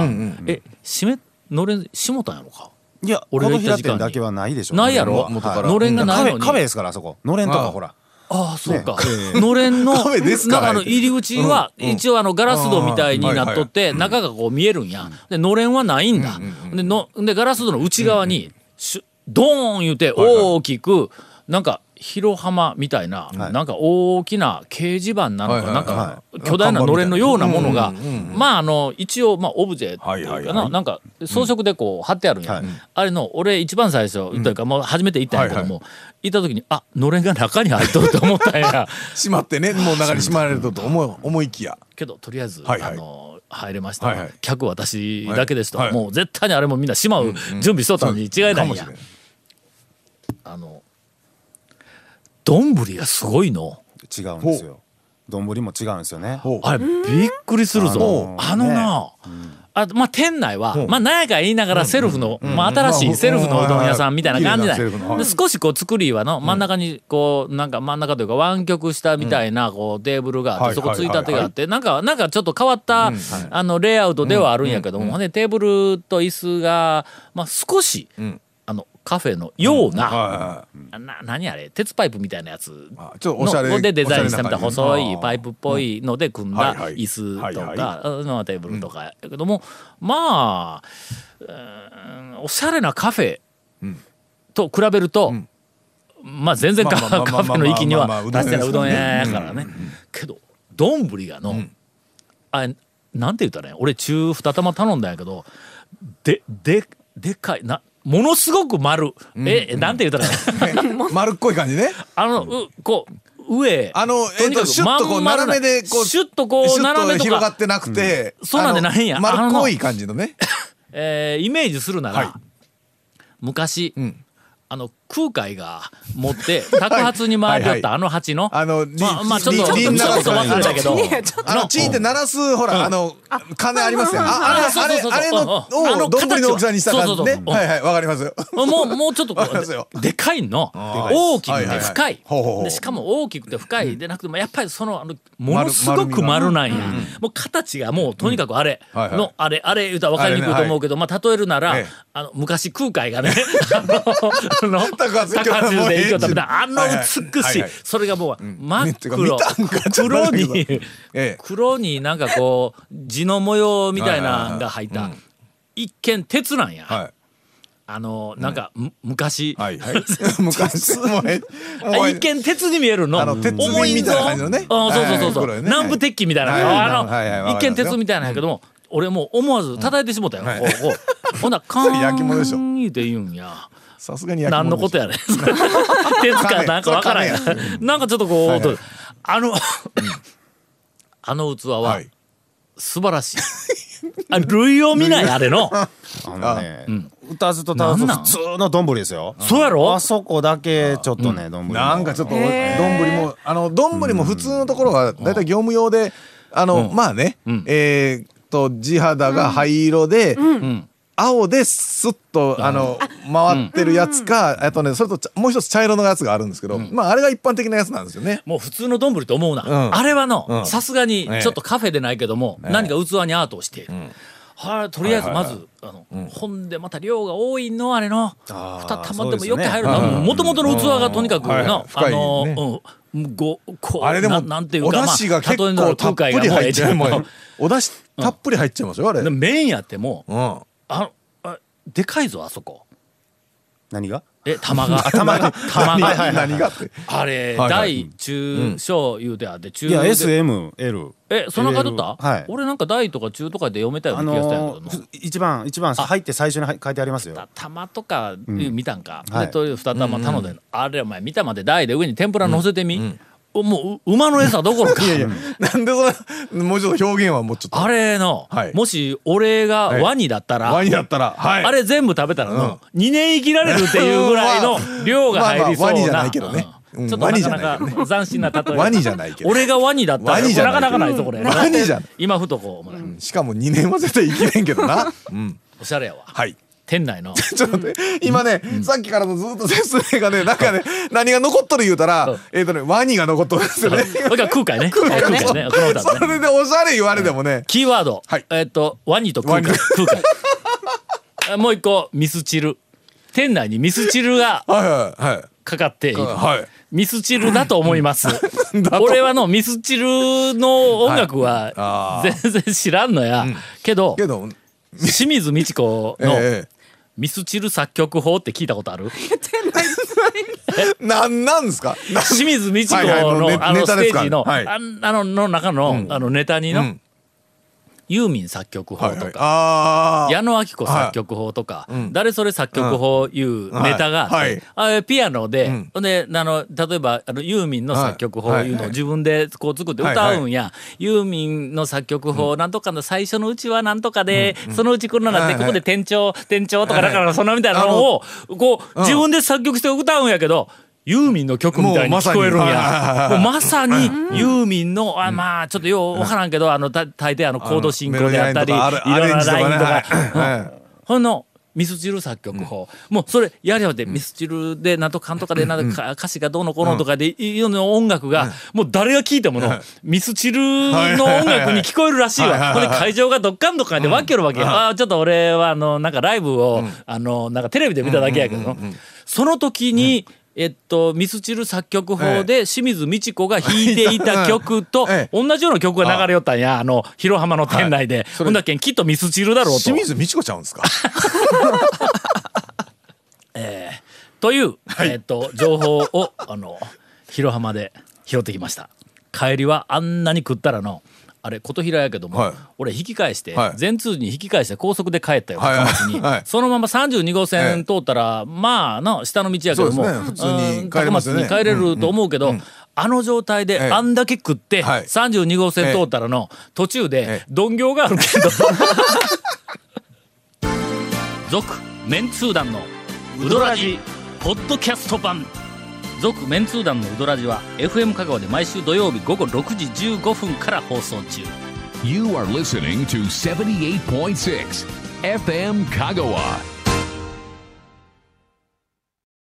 [SPEAKER 1] え閉めのれん閉もたんやろか
[SPEAKER 8] い。いや
[SPEAKER 1] 俺が行
[SPEAKER 8] 琴
[SPEAKER 1] った
[SPEAKER 8] 平
[SPEAKER 1] 時間に
[SPEAKER 8] 店だけはないでしょ。
[SPEAKER 1] ないやろ、
[SPEAKER 3] 元から
[SPEAKER 1] のれんがない
[SPEAKER 8] カフ
[SPEAKER 1] の
[SPEAKER 8] ェ
[SPEAKER 1] に
[SPEAKER 8] カフェですからあそこ。のれんと
[SPEAKER 3] ああ
[SPEAKER 8] かほら。
[SPEAKER 1] ああそうか、
[SPEAKER 8] ねえ え
[SPEAKER 1] のれんの
[SPEAKER 3] カフェですから
[SPEAKER 1] なんあの入り口は一応あのガラス戸みたいになっとって中がこう見えるんやでのれんはないんだでのでガラス戸の内側にシュドーン言うて大きくなんか広浜みたいな
[SPEAKER 8] はい
[SPEAKER 1] なんか大きな掲示板なの
[SPEAKER 3] はいは
[SPEAKER 1] か
[SPEAKER 3] い
[SPEAKER 1] な
[SPEAKER 3] は
[SPEAKER 1] ん
[SPEAKER 3] い
[SPEAKER 1] か巨大なのれんのようなものがまああの一応まあオブジェと
[SPEAKER 3] はいいう
[SPEAKER 1] か
[SPEAKER 3] はいは
[SPEAKER 1] ないなんか装飾でこう貼ってあるんやあれの俺一番最初というかもう初めて行ったんやけども行った時にあのれんが中に入っとると思ったん や。
[SPEAKER 3] 閉まってねもう中に閉まられると思う思いきや
[SPEAKER 1] けどとりあえず、
[SPEAKER 3] はいはい
[SPEAKER 1] あの入れました、
[SPEAKER 3] はいはい
[SPEAKER 1] 客私だけですと、
[SPEAKER 3] はいはい
[SPEAKER 1] もう絶対にあれもみんなしまう準備しとったのに違いな
[SPEAKER 3] か
[SPEAKER 1] いん
[SPEAKER 3] も
[SPEAKER 1] や、
[SPEAKER 3] しれない
[SPEAKER 1] あの丼がすごいの
[SPEAKER 8] 違うんですよ。丼も違うんですよね。
[SPEAKER 3] ほう
[SPEAKER 1] あれびっくりするぞあ
[SPEAKER 8] あ
[SPEAKER 1] の
[SPEAKER 8] の
[SPEAKER 1] な、あまあ店内は、まあなんやか言いながらセルフの、まあ新しいセルフのうどん屋さんみたいな感じだ、
[SPEAKER 3] うんうんうんうんうんうんうん
[SPEAKER 1] で
[SPEAKER 3] うん
[SPEAKER 1] 少しこう作りはの真ん中にこうなんか真ん中というか湾曲したみたいなこうテーブルがあっ
[SPEAKER 3] は
[SPEAKER 1] て
[SPEAKER 3] い
[SPEAKER 1] そこついたてがあってなんかなんかちょっと変わったあのレイアウトではあるんやけどもねテーブルと椅子がまあ少しあのカフェのような
[SPEAKER 3] はいはい
[SPEAKER 1] な何あれ鉄パイプみたいなやつ
[SPEAKER 3] あちょっとおしゃ
[SPEAKER 1] の
[SPEAKER 3] れ
[SPEAKER 1] でデザインしたみたいな
[SPEAKER 3] おしゃれ
[SPEAKER 1] 細
[SPEAKER 3] 感じ
[SPEAKER 1] いパイプっぽいので組んだ
[SPEAKER 3] はいはい
[SPEAKER 1] 椅子と
[SPEAKER 3] はい
[SPEAKER 1] かあのテーブルとかやけどもまあうーんおしゃれなカフェと比べるとまあ全然カ
[SPEAKER 3] まあまあまあま
[SPEAKER 1] カ
[SPEAKER 3] あ
[SPEAKER 1] フェの域には
[SPEAKER 3] まあまあ
[SPEAKER 1] 達してないう
[SPEAKER 3] う
[SPEAKER 1] ど
[SPEAKER 3] ど
[SPEAKER 1] ん
[SPEAKER 3] ん
[SPEAKER 1] 屋
[SPEAKER 3] 屋
[SPEAKER 1] やからねけど丼がのあれなんて言ったらいいん俺中二玉頼んだんやけどでででかいなものすごく丸えなんて言ったらいいの
[SPEAKER 3] うん丸っこい感じね
[SPEAKER 1] あの、うこう、上。
[SPEAKER 3] あの
[SPEAKER 1] とにか
[SPEAKER 3] えっと
[SPEAKER 1] く
[SPEAKER 3] シュッとこ
[SPEAKER 1] ま
[SPEAKER 3] う
[SPEAKER 1] ん丸な
[SPEAKER 3] 斜めでこう
[SPEAKER 1] シュッとこう、
[SPEAKER 3] シュッ
[SPEAKER 1] 斜めと
[SPEAKER 3] 広が
[SPEAKER 1] か
[SPEAKER 3] っ、てなくて、
[SPEAKER 1] そうなんでないんや
[SPEAKER 3] あの丸っこい感じのね
[SPEAKER 1] えーイメージするなら、
[SPEAKER 3] はい
[SPEAKER 1] 昔、
[SPEAKER 3] うん
[SPEAKER 1] あの、空海が持って托発に回りよったあの鉢の
[SPEAKER 3] あの
[SPEAKER 1] まあまあちょっとちょっと
[SPEAKER 3] リン
[SPEAKER 1] ちょっと忘れたけど。
[SPEAKER 9] ねちょっ
[SPEAKER 3] あのチーンって鳴らすほら、あの鐘ありますよねああれあれあれの
[SPEAKER 1] うんうんあの
[SPEAKER 3] をどんぶりの大きさにした感
[SPEAKER 1] そ
[SPEAKER 3] じ
[SPEAKER 1] うそう
[SPEAKER 3] ね
[SPEAKER 1] そう
[SPEAKER 3] はいはいわかりますよ
[SPEAKER 1] もう、もうちょっとこ
[SPEAKER 3] わかりますよ
[SPEAKER 1] う、ででかいの。
[SPEAKER 3] ー
[SPEAKER 1] 大きくて
[SPEAKER 3] はいはいはい
[SPEAKER 1] 深い
[SPEAKER 3] ほうほうほ。う
[SPEAKER 1] でしかも大きくて深いでなくても、やっぱりその、あの、ものすごく丸なんや。もう形がもうとにかくあれ
[SPEAKER 3] うんはいはい
[SPEAKER 1] の、あれ、あれ言うたら分かりにくいと思うけど、まあ例えるなら
[SPEAKER 3] ええ、
[SPEAKER 1] あの、昔空海 がね、あの、あの
[SPEAKER 3] 高橋
[SPEAKER 1] 高橋で行きよったみたいな、あの
[SPEAKER 3] はいはい
[SPEAKER 1] 美
[SPEAKER 3] は
[SPEAKER 1] し
[SPEAKER 3] い
[SPEAKER 1] い
[SPEAKER 3] はい。
[SPEAKER 1] それがもう真っ
[SPEAKER 3] っていうか
[SPEAKER 1] 黒
[SPEAKER 3] 見たんか。ちょっと
[SPEAKER 1] 黒
[SPEAKER 3] 待ってください
[SPEAKER 1] に、
[SPEAKER 3] ええ
[SPEAKER 1] 黒になんかこう、地の模様みたいなのが入っ
[SPEAKER 3] は
[SPEAKER 1] た
[SPEAKER 3] いはいはい。
[SPEAKER 1] 一見鉄なんや。
[SPEAKER 3] はい
[SPEAKER 1] あのなんか、む昔、
[SPEAKER 3] はい はい昔もえもうえ
[SPEAKER 1] 一見鉄に見えるの
[SPEAKER 3] あの鉄瓶
[SPEAKER 1] 重いぞ
[SPEAKER 3] みたいな感じのね
[SPEAKER 1] あそうそうそうそう、
[SPEAKER 3] はいはい
[SPEAKER 1] 南部鉄器みたいな、
[SPEAKER 3] はい
[SPEAKER 1] あの、
[SPEAKER 3] はいはいはい
[SPEAKER 1] 一見鉄みたいなんやけども、俺もう思わず叩いてしもたよ、こうこ うほんなら「カ
[SPEAKER 3] れ焼き物でしょ
[SPEAKER 1] ーン」言うて言うんや。
[SPEAKER 3] さすがに焼き
[SPEAKER 1] 何
[SPEAKER 3] 物
[SPEAKER 1] の
[SPEAKER 3] でしょ
[SPEAKER 1] ことやねん 手塚なんかわからんや
[SPEAKER 3] それ
[SPEAKER 1] なんかちょっとこう、
[SPEAKER 3] はいはい
[SPEAKER 1] あのあの器は
[SPEAKER 3] はい
[SPEAKER 1] 素晴らしい、あ類を見ないあれ の
[SPEAKER 8] あのね、歌ずと歌う
[SPEAKER 1] な
[SPEAKER 8] と
[SPEAKER 1] んなん
[SPEAKER 8] 普通のどんぶりですよ。
[SPEAKER 1] そうやろ
[SPEAKER 8] あそこだけちょっとね、どんぶり。
[SPEAKER 3] なんかちょっとどんぶ
[SPEAKER 9] へー
[SPEAKER 3] りもあのどんぶりも普通のところがだいたい業務用であのまあねえーっと地肌が灰色で
[SPEAKER 1] ん
[SPEAKER 3] 青ですっとあの回ってるやつかあとねそれとちゃもう一つ茶色のやつがあるんですけどまああれが一般的なやつなんですよね。
[SPEAKER 1] もう普通の丼と思うな、
[SPEAKER 3] うん
[SPEAKER 1] あれはの
[SPEAKER 3] ん
[SPEAKER 1] さすがにちょっとカフェでないけども、何か器にアートをしている、はいとりあえずまず、あのほんでまた量が多いのあれの
[SPEAKER 8] あー
[SPEAKER 1] 2玉で
[SPEAKER 8] そ
[SPEAKER 1] も
[SPEAKER 8] うですね
[SPEAKER 1] よく入るなもともとの器がとにかくの、
[SPEAKER 3] はいはい
[SPEAKER 1] あ
[SPEAKER 3] 深い
[SPEAKER 1] の、
[SPEAKER 3] ね
[SPEAKER 1] うんごこう
[SPEAKER 3] あれでも
[SPEAKER 1] ななんていう
[SPEAKER 3] お
[SPEAKER 1] か
[SPEAKER 3] 出汁が結
[SPEAKER 1] まあ例えな
[SPEAKER 3] 構
[SPEAKER 1] ら
[SPEAKER 3] たっ
[SPEAKER 1] 空
[SPEAKER 3] ぷ
[SPEAKER 1] 海がも
[SPEAKER 3] り
[SPEAKER 1] うえ
[SPEAKER 3] 入
[SPEAKER 1] え
[SPEAKER 3] っ
[SPEAKER 1] ち
[SPEAKER 3] ちゃ
[SPEAKER 1] ゃ
[SPEAKER 3] う
[SPEAKER 1] う
[SPEAKER 3] も
[SPEAKER 1] の
[SPEAKER 3] うお出汁たっぷり入っちゃいますよあれ。う
[SPEAKER 1] で
[SPEAKER 3] ん。
[SPEAKER 1] 麺やっても
[SPEAKER 3] あ
[SPEAKER 1] ああでかいぞあそこ
[SPEAKER 8] 何が
[SPEAKER 1] え玉が玉が玉
[SPEAKER 3] 何が
[SPEAKER 1] が
[SPEAKER 3] 何がって。
[SPEAKER 1] あれ、
[SPEAKER 3] はいはい
[SPEAKER 1] 大中小言うてあって中
[SPEAKER 8] いや、
[SPEAKER 1] で
[SPEAKER 8] S、M、L。
[SPEAKER 1] え、そんな感じだった、
[SPEAKER 8] はい
[SPEAKER 1] 俺なんか大とか中とかで読めたよう
[SPEAKER 8] あ
[SPEAKER 1] な気がしたんや
[SPEAKER 8] の
[SPEAKER 1] けどな
[SPEAKER 8] ー、一番、一番入って最初に入書いてありますよ。
[SPEAKER 1] た玉とか見たんか、
[SPEAKER 8] は
[SPEAKER 1] で
[SPEAKER 8] い
[SPEAKER 1] という二玉頼んで、あれお前見たまで大で上に天ぷら乗せてみ、おもうう馬の餌どこ ろか
[SPEAKER 3] なんでそんなもうちょっと表現はもうちょっと。
[SPEAKER 1] あれの、
[SPEAKER 3] はい
[SPEAKER 1] もし俺がワニだったら、
[SPEAKER 3] ワインだったらはい。
[SPEAKER 1] あれ全部食べたらの、2年生きられるっていうぐらい の量が入りそうな、
[SPEAKER 3] まあまあワニじゃないけどね
[SPEAKER 1] うん
[SPEAKER 3] うん
[SPEAKER 1] ちょっとなかな
[SPEAKER 3] ワニじゃないけ
[SPEAKER 1] か
[SPEAKER 3] どね
[SPEAKER 1] 斬新な例え
[SPEAKER 3] ワニじゃないけど
[SPEAKER 1] 俺がワニだったら
[SPEAKER 3] ワニじゃない
[SPEAKER 1] なかなかないぞこれ
[SPEAKER 3] ワニじゃない
[SPEAKER 1] 今ふとこう思う、
[SPEAKER 3] しかも2年は絶対生きれんけ どな。うん。
[SPEAKER 1] おしゃれやわ
[SPEAKER 3] はい。
[SPEAKER 1] 店内の
[SPEAKER 3] ちょっと待って、今ね、さっきからのずっと説明がね、なんかね、何が残っとる言うた
[SPEAKER 1] う
[SPEAKER 3] ら
[SPEAKER 1] ん、
[SPEAKER 3] えっとね、ワニが残っとるんですよね。
[SPEAKER 1] それから空海ね。空海ね。この歌
[SPEAKER 3] そ
[SPEAKER 1] ね。
[SPEAKER 3] れでおしゃれ言われてもね、
[SPEAKER 1] キーワード。
[SPEAKER 3] はい
[SPEAKER 1] えっと、ワニと空海。
[SPEAKER 3] ワニ
[SPEAKER 1] 空海。 えもう一個、ミスチル。店内にミスチルが
[SPEAKER 3] はいはいはい。
[SPEAKER 1] かかっている。
[SPEAKER 3] はい。
[SPEAKER 1] ミスチルだと思い ます。俺はのミスチルの音楽は
[SPEAKER 3] あ
[SPEAKER 1] 全然知らんのや。けど、
[SPEAKER 3] けど、
[SPEAKER 1] 清水美智子の
[SPEAKER 3] え
[SPEAKER 1] ミスチル作曲法って聞いたことある
[SPEAKER 3] え、なんなんですかな
[SPEAKER 1] 清水美智子
[SPEAKER 3] はいはいもう
[SPEAKER 1] の
[SPEAKER 3] ネ
[SPEAKER 1] あの
[SPEAKER 3] ネ
[SPEAKER 1] ス
[SPEAKER 3] タで
[SPEAKER 1] テ
[SPEAKER 3] すか
[SPEAKER 1] ージの、
[SPEAKER 3] はい
[SPEAKER 1] あんあのの中のあのネタに
[SPEAKER 3] う
[SPEAKER 1] の
[SPEAKER 3] ん
[SPEAKER 1] ユーミン作曲法
[SPEAKER 3] はい
[SPEAKER 1] と
[SPEAKER 3] はい。
[SPEAKER 1] か。
[SPEAKER 3] あー
[SPEAKER 1] 矢野明子作曲法とか、
[SPEAKER 3] ん
[SPEAKER 1] 誰それ作曲法いうネタがあって、
[SPEAKER 3] はいはい
[SPEAKER 1] あれピアノで、
[SPEAKER 3] ん
[SPEAKER 1] ほんであの例えばあのユーミンの作曲法いう
[SPEAKER 3] はい
[SPEAKER 1] の
[SPEAKER 3] は
[SPEAKER 1] を
[SPEAKER 3] い
[SPEAKER 1] 自分でこう作って歌うんや、ユーミンの作曲法なんとかの最初のうちはなんとかで、そのうちこんななって、
[SPEAKER 3] はいはい
[SPEAKER 1] ここで転調転調とかだからそんなみたいなのをこう、
[SPEAKER 3] ん
[SPEAKER 1] 自分で作曲して歌うんやけど。ユーミンの曲みたいに聞こえるんや。も
[SPEAKER 3] も
[SPEAKER 1] う
[SPEAKER 3] う
[SPEAKER 1] まさにユーミンの、あまあちょっとようわからんけど、あのた大抵あのコード進行であったり、い
[SPEAKER 3] メロディー
[SPEAKER 1] ろん
[SPEAKER 3] ライ
[SPEAKER 1] な
[SPEAKER 3] ンと
[SPEAKER 1] ライ
[SPEAKER 3] か
[SPEAKER 1] ンと
[SPEAKER 3] アレンジと
[SPEAKER 1] か、
[SPEAKER 3] かねはいはい。
[SPEAKER 1] ほんの、ミスチル作曲法。もうそれやりゃって、ミスチルでなんとかんとかでなんとか歌詞がどうのこうのとかでいうような音楽が、もう誰が聴いてもの、ミスチルの音楽に聞こえるらしい
[SPEAKER 3] はいはい
[SPEAKER 1] わ。
[SPEAKER 3] はい
[SPEAKER 1] ほんで会場がどっかんどっかんで分けるわけよ。ああ、ちょっと俺はあの、なんかライブを、あの、なんかテレビで見ただけやけどの、その時に、えっと、ミスチル作曲法で清水美智子が弾いていた曲と
[SPEAKER 3] ええ
[SPEAKER 1] 同じような曲が流れよったんやあの広浜の店内で、ほんだけんきっとミスチルだろうと
[SPEAKER 3] 清水美智子ちゃうんですか
[SPEAKER 1] という、えっと情報を あの広浜で拾ってきました帰りはあんなに食ったらのあれ琴平やけども、
[SPEAKER 3] はい
[SPEAKER 1] 俺引き返して
[SPEAKER 3] はい
[SPEAKER 1] 全、通じに引き返して高速で帰ったよ、
[SPEAKER 3] はいはい
[SPEAKER 1] 高松に、
[SPEAKER 3] はい
[SPEAKER 1] そのまま32号線通ったら、まあの下の道やけども、
[SPEAKER 3] そうですね普通に
[SPEAKER 1] うん
[SPEAKER 3] 帰
[SPEAKER 1] 高
[SPEAKER 3] れま
[SPEAKER 1] 松
[SPEAKER 3] すよね
[SPEAKER 1] に帰れると思うけど、あの状態で
[SPEAKER 3] ええ
[SPEAKER 1] あんだけ食って、
[SPEAKER 3] はい
[SPEAKER 1] 32号線通ったらの途中で
[SPEAKER 3] ええ
[SPEAKER 1] 鈍行があるけど続メンツー団のウドラジポポッドキャスト版続メンツー団のウドラジは FM 香川で毎週土曜日午後6時15分から放送中
[SPEAKER 2] You are listening to 78.6 FM Kagawa.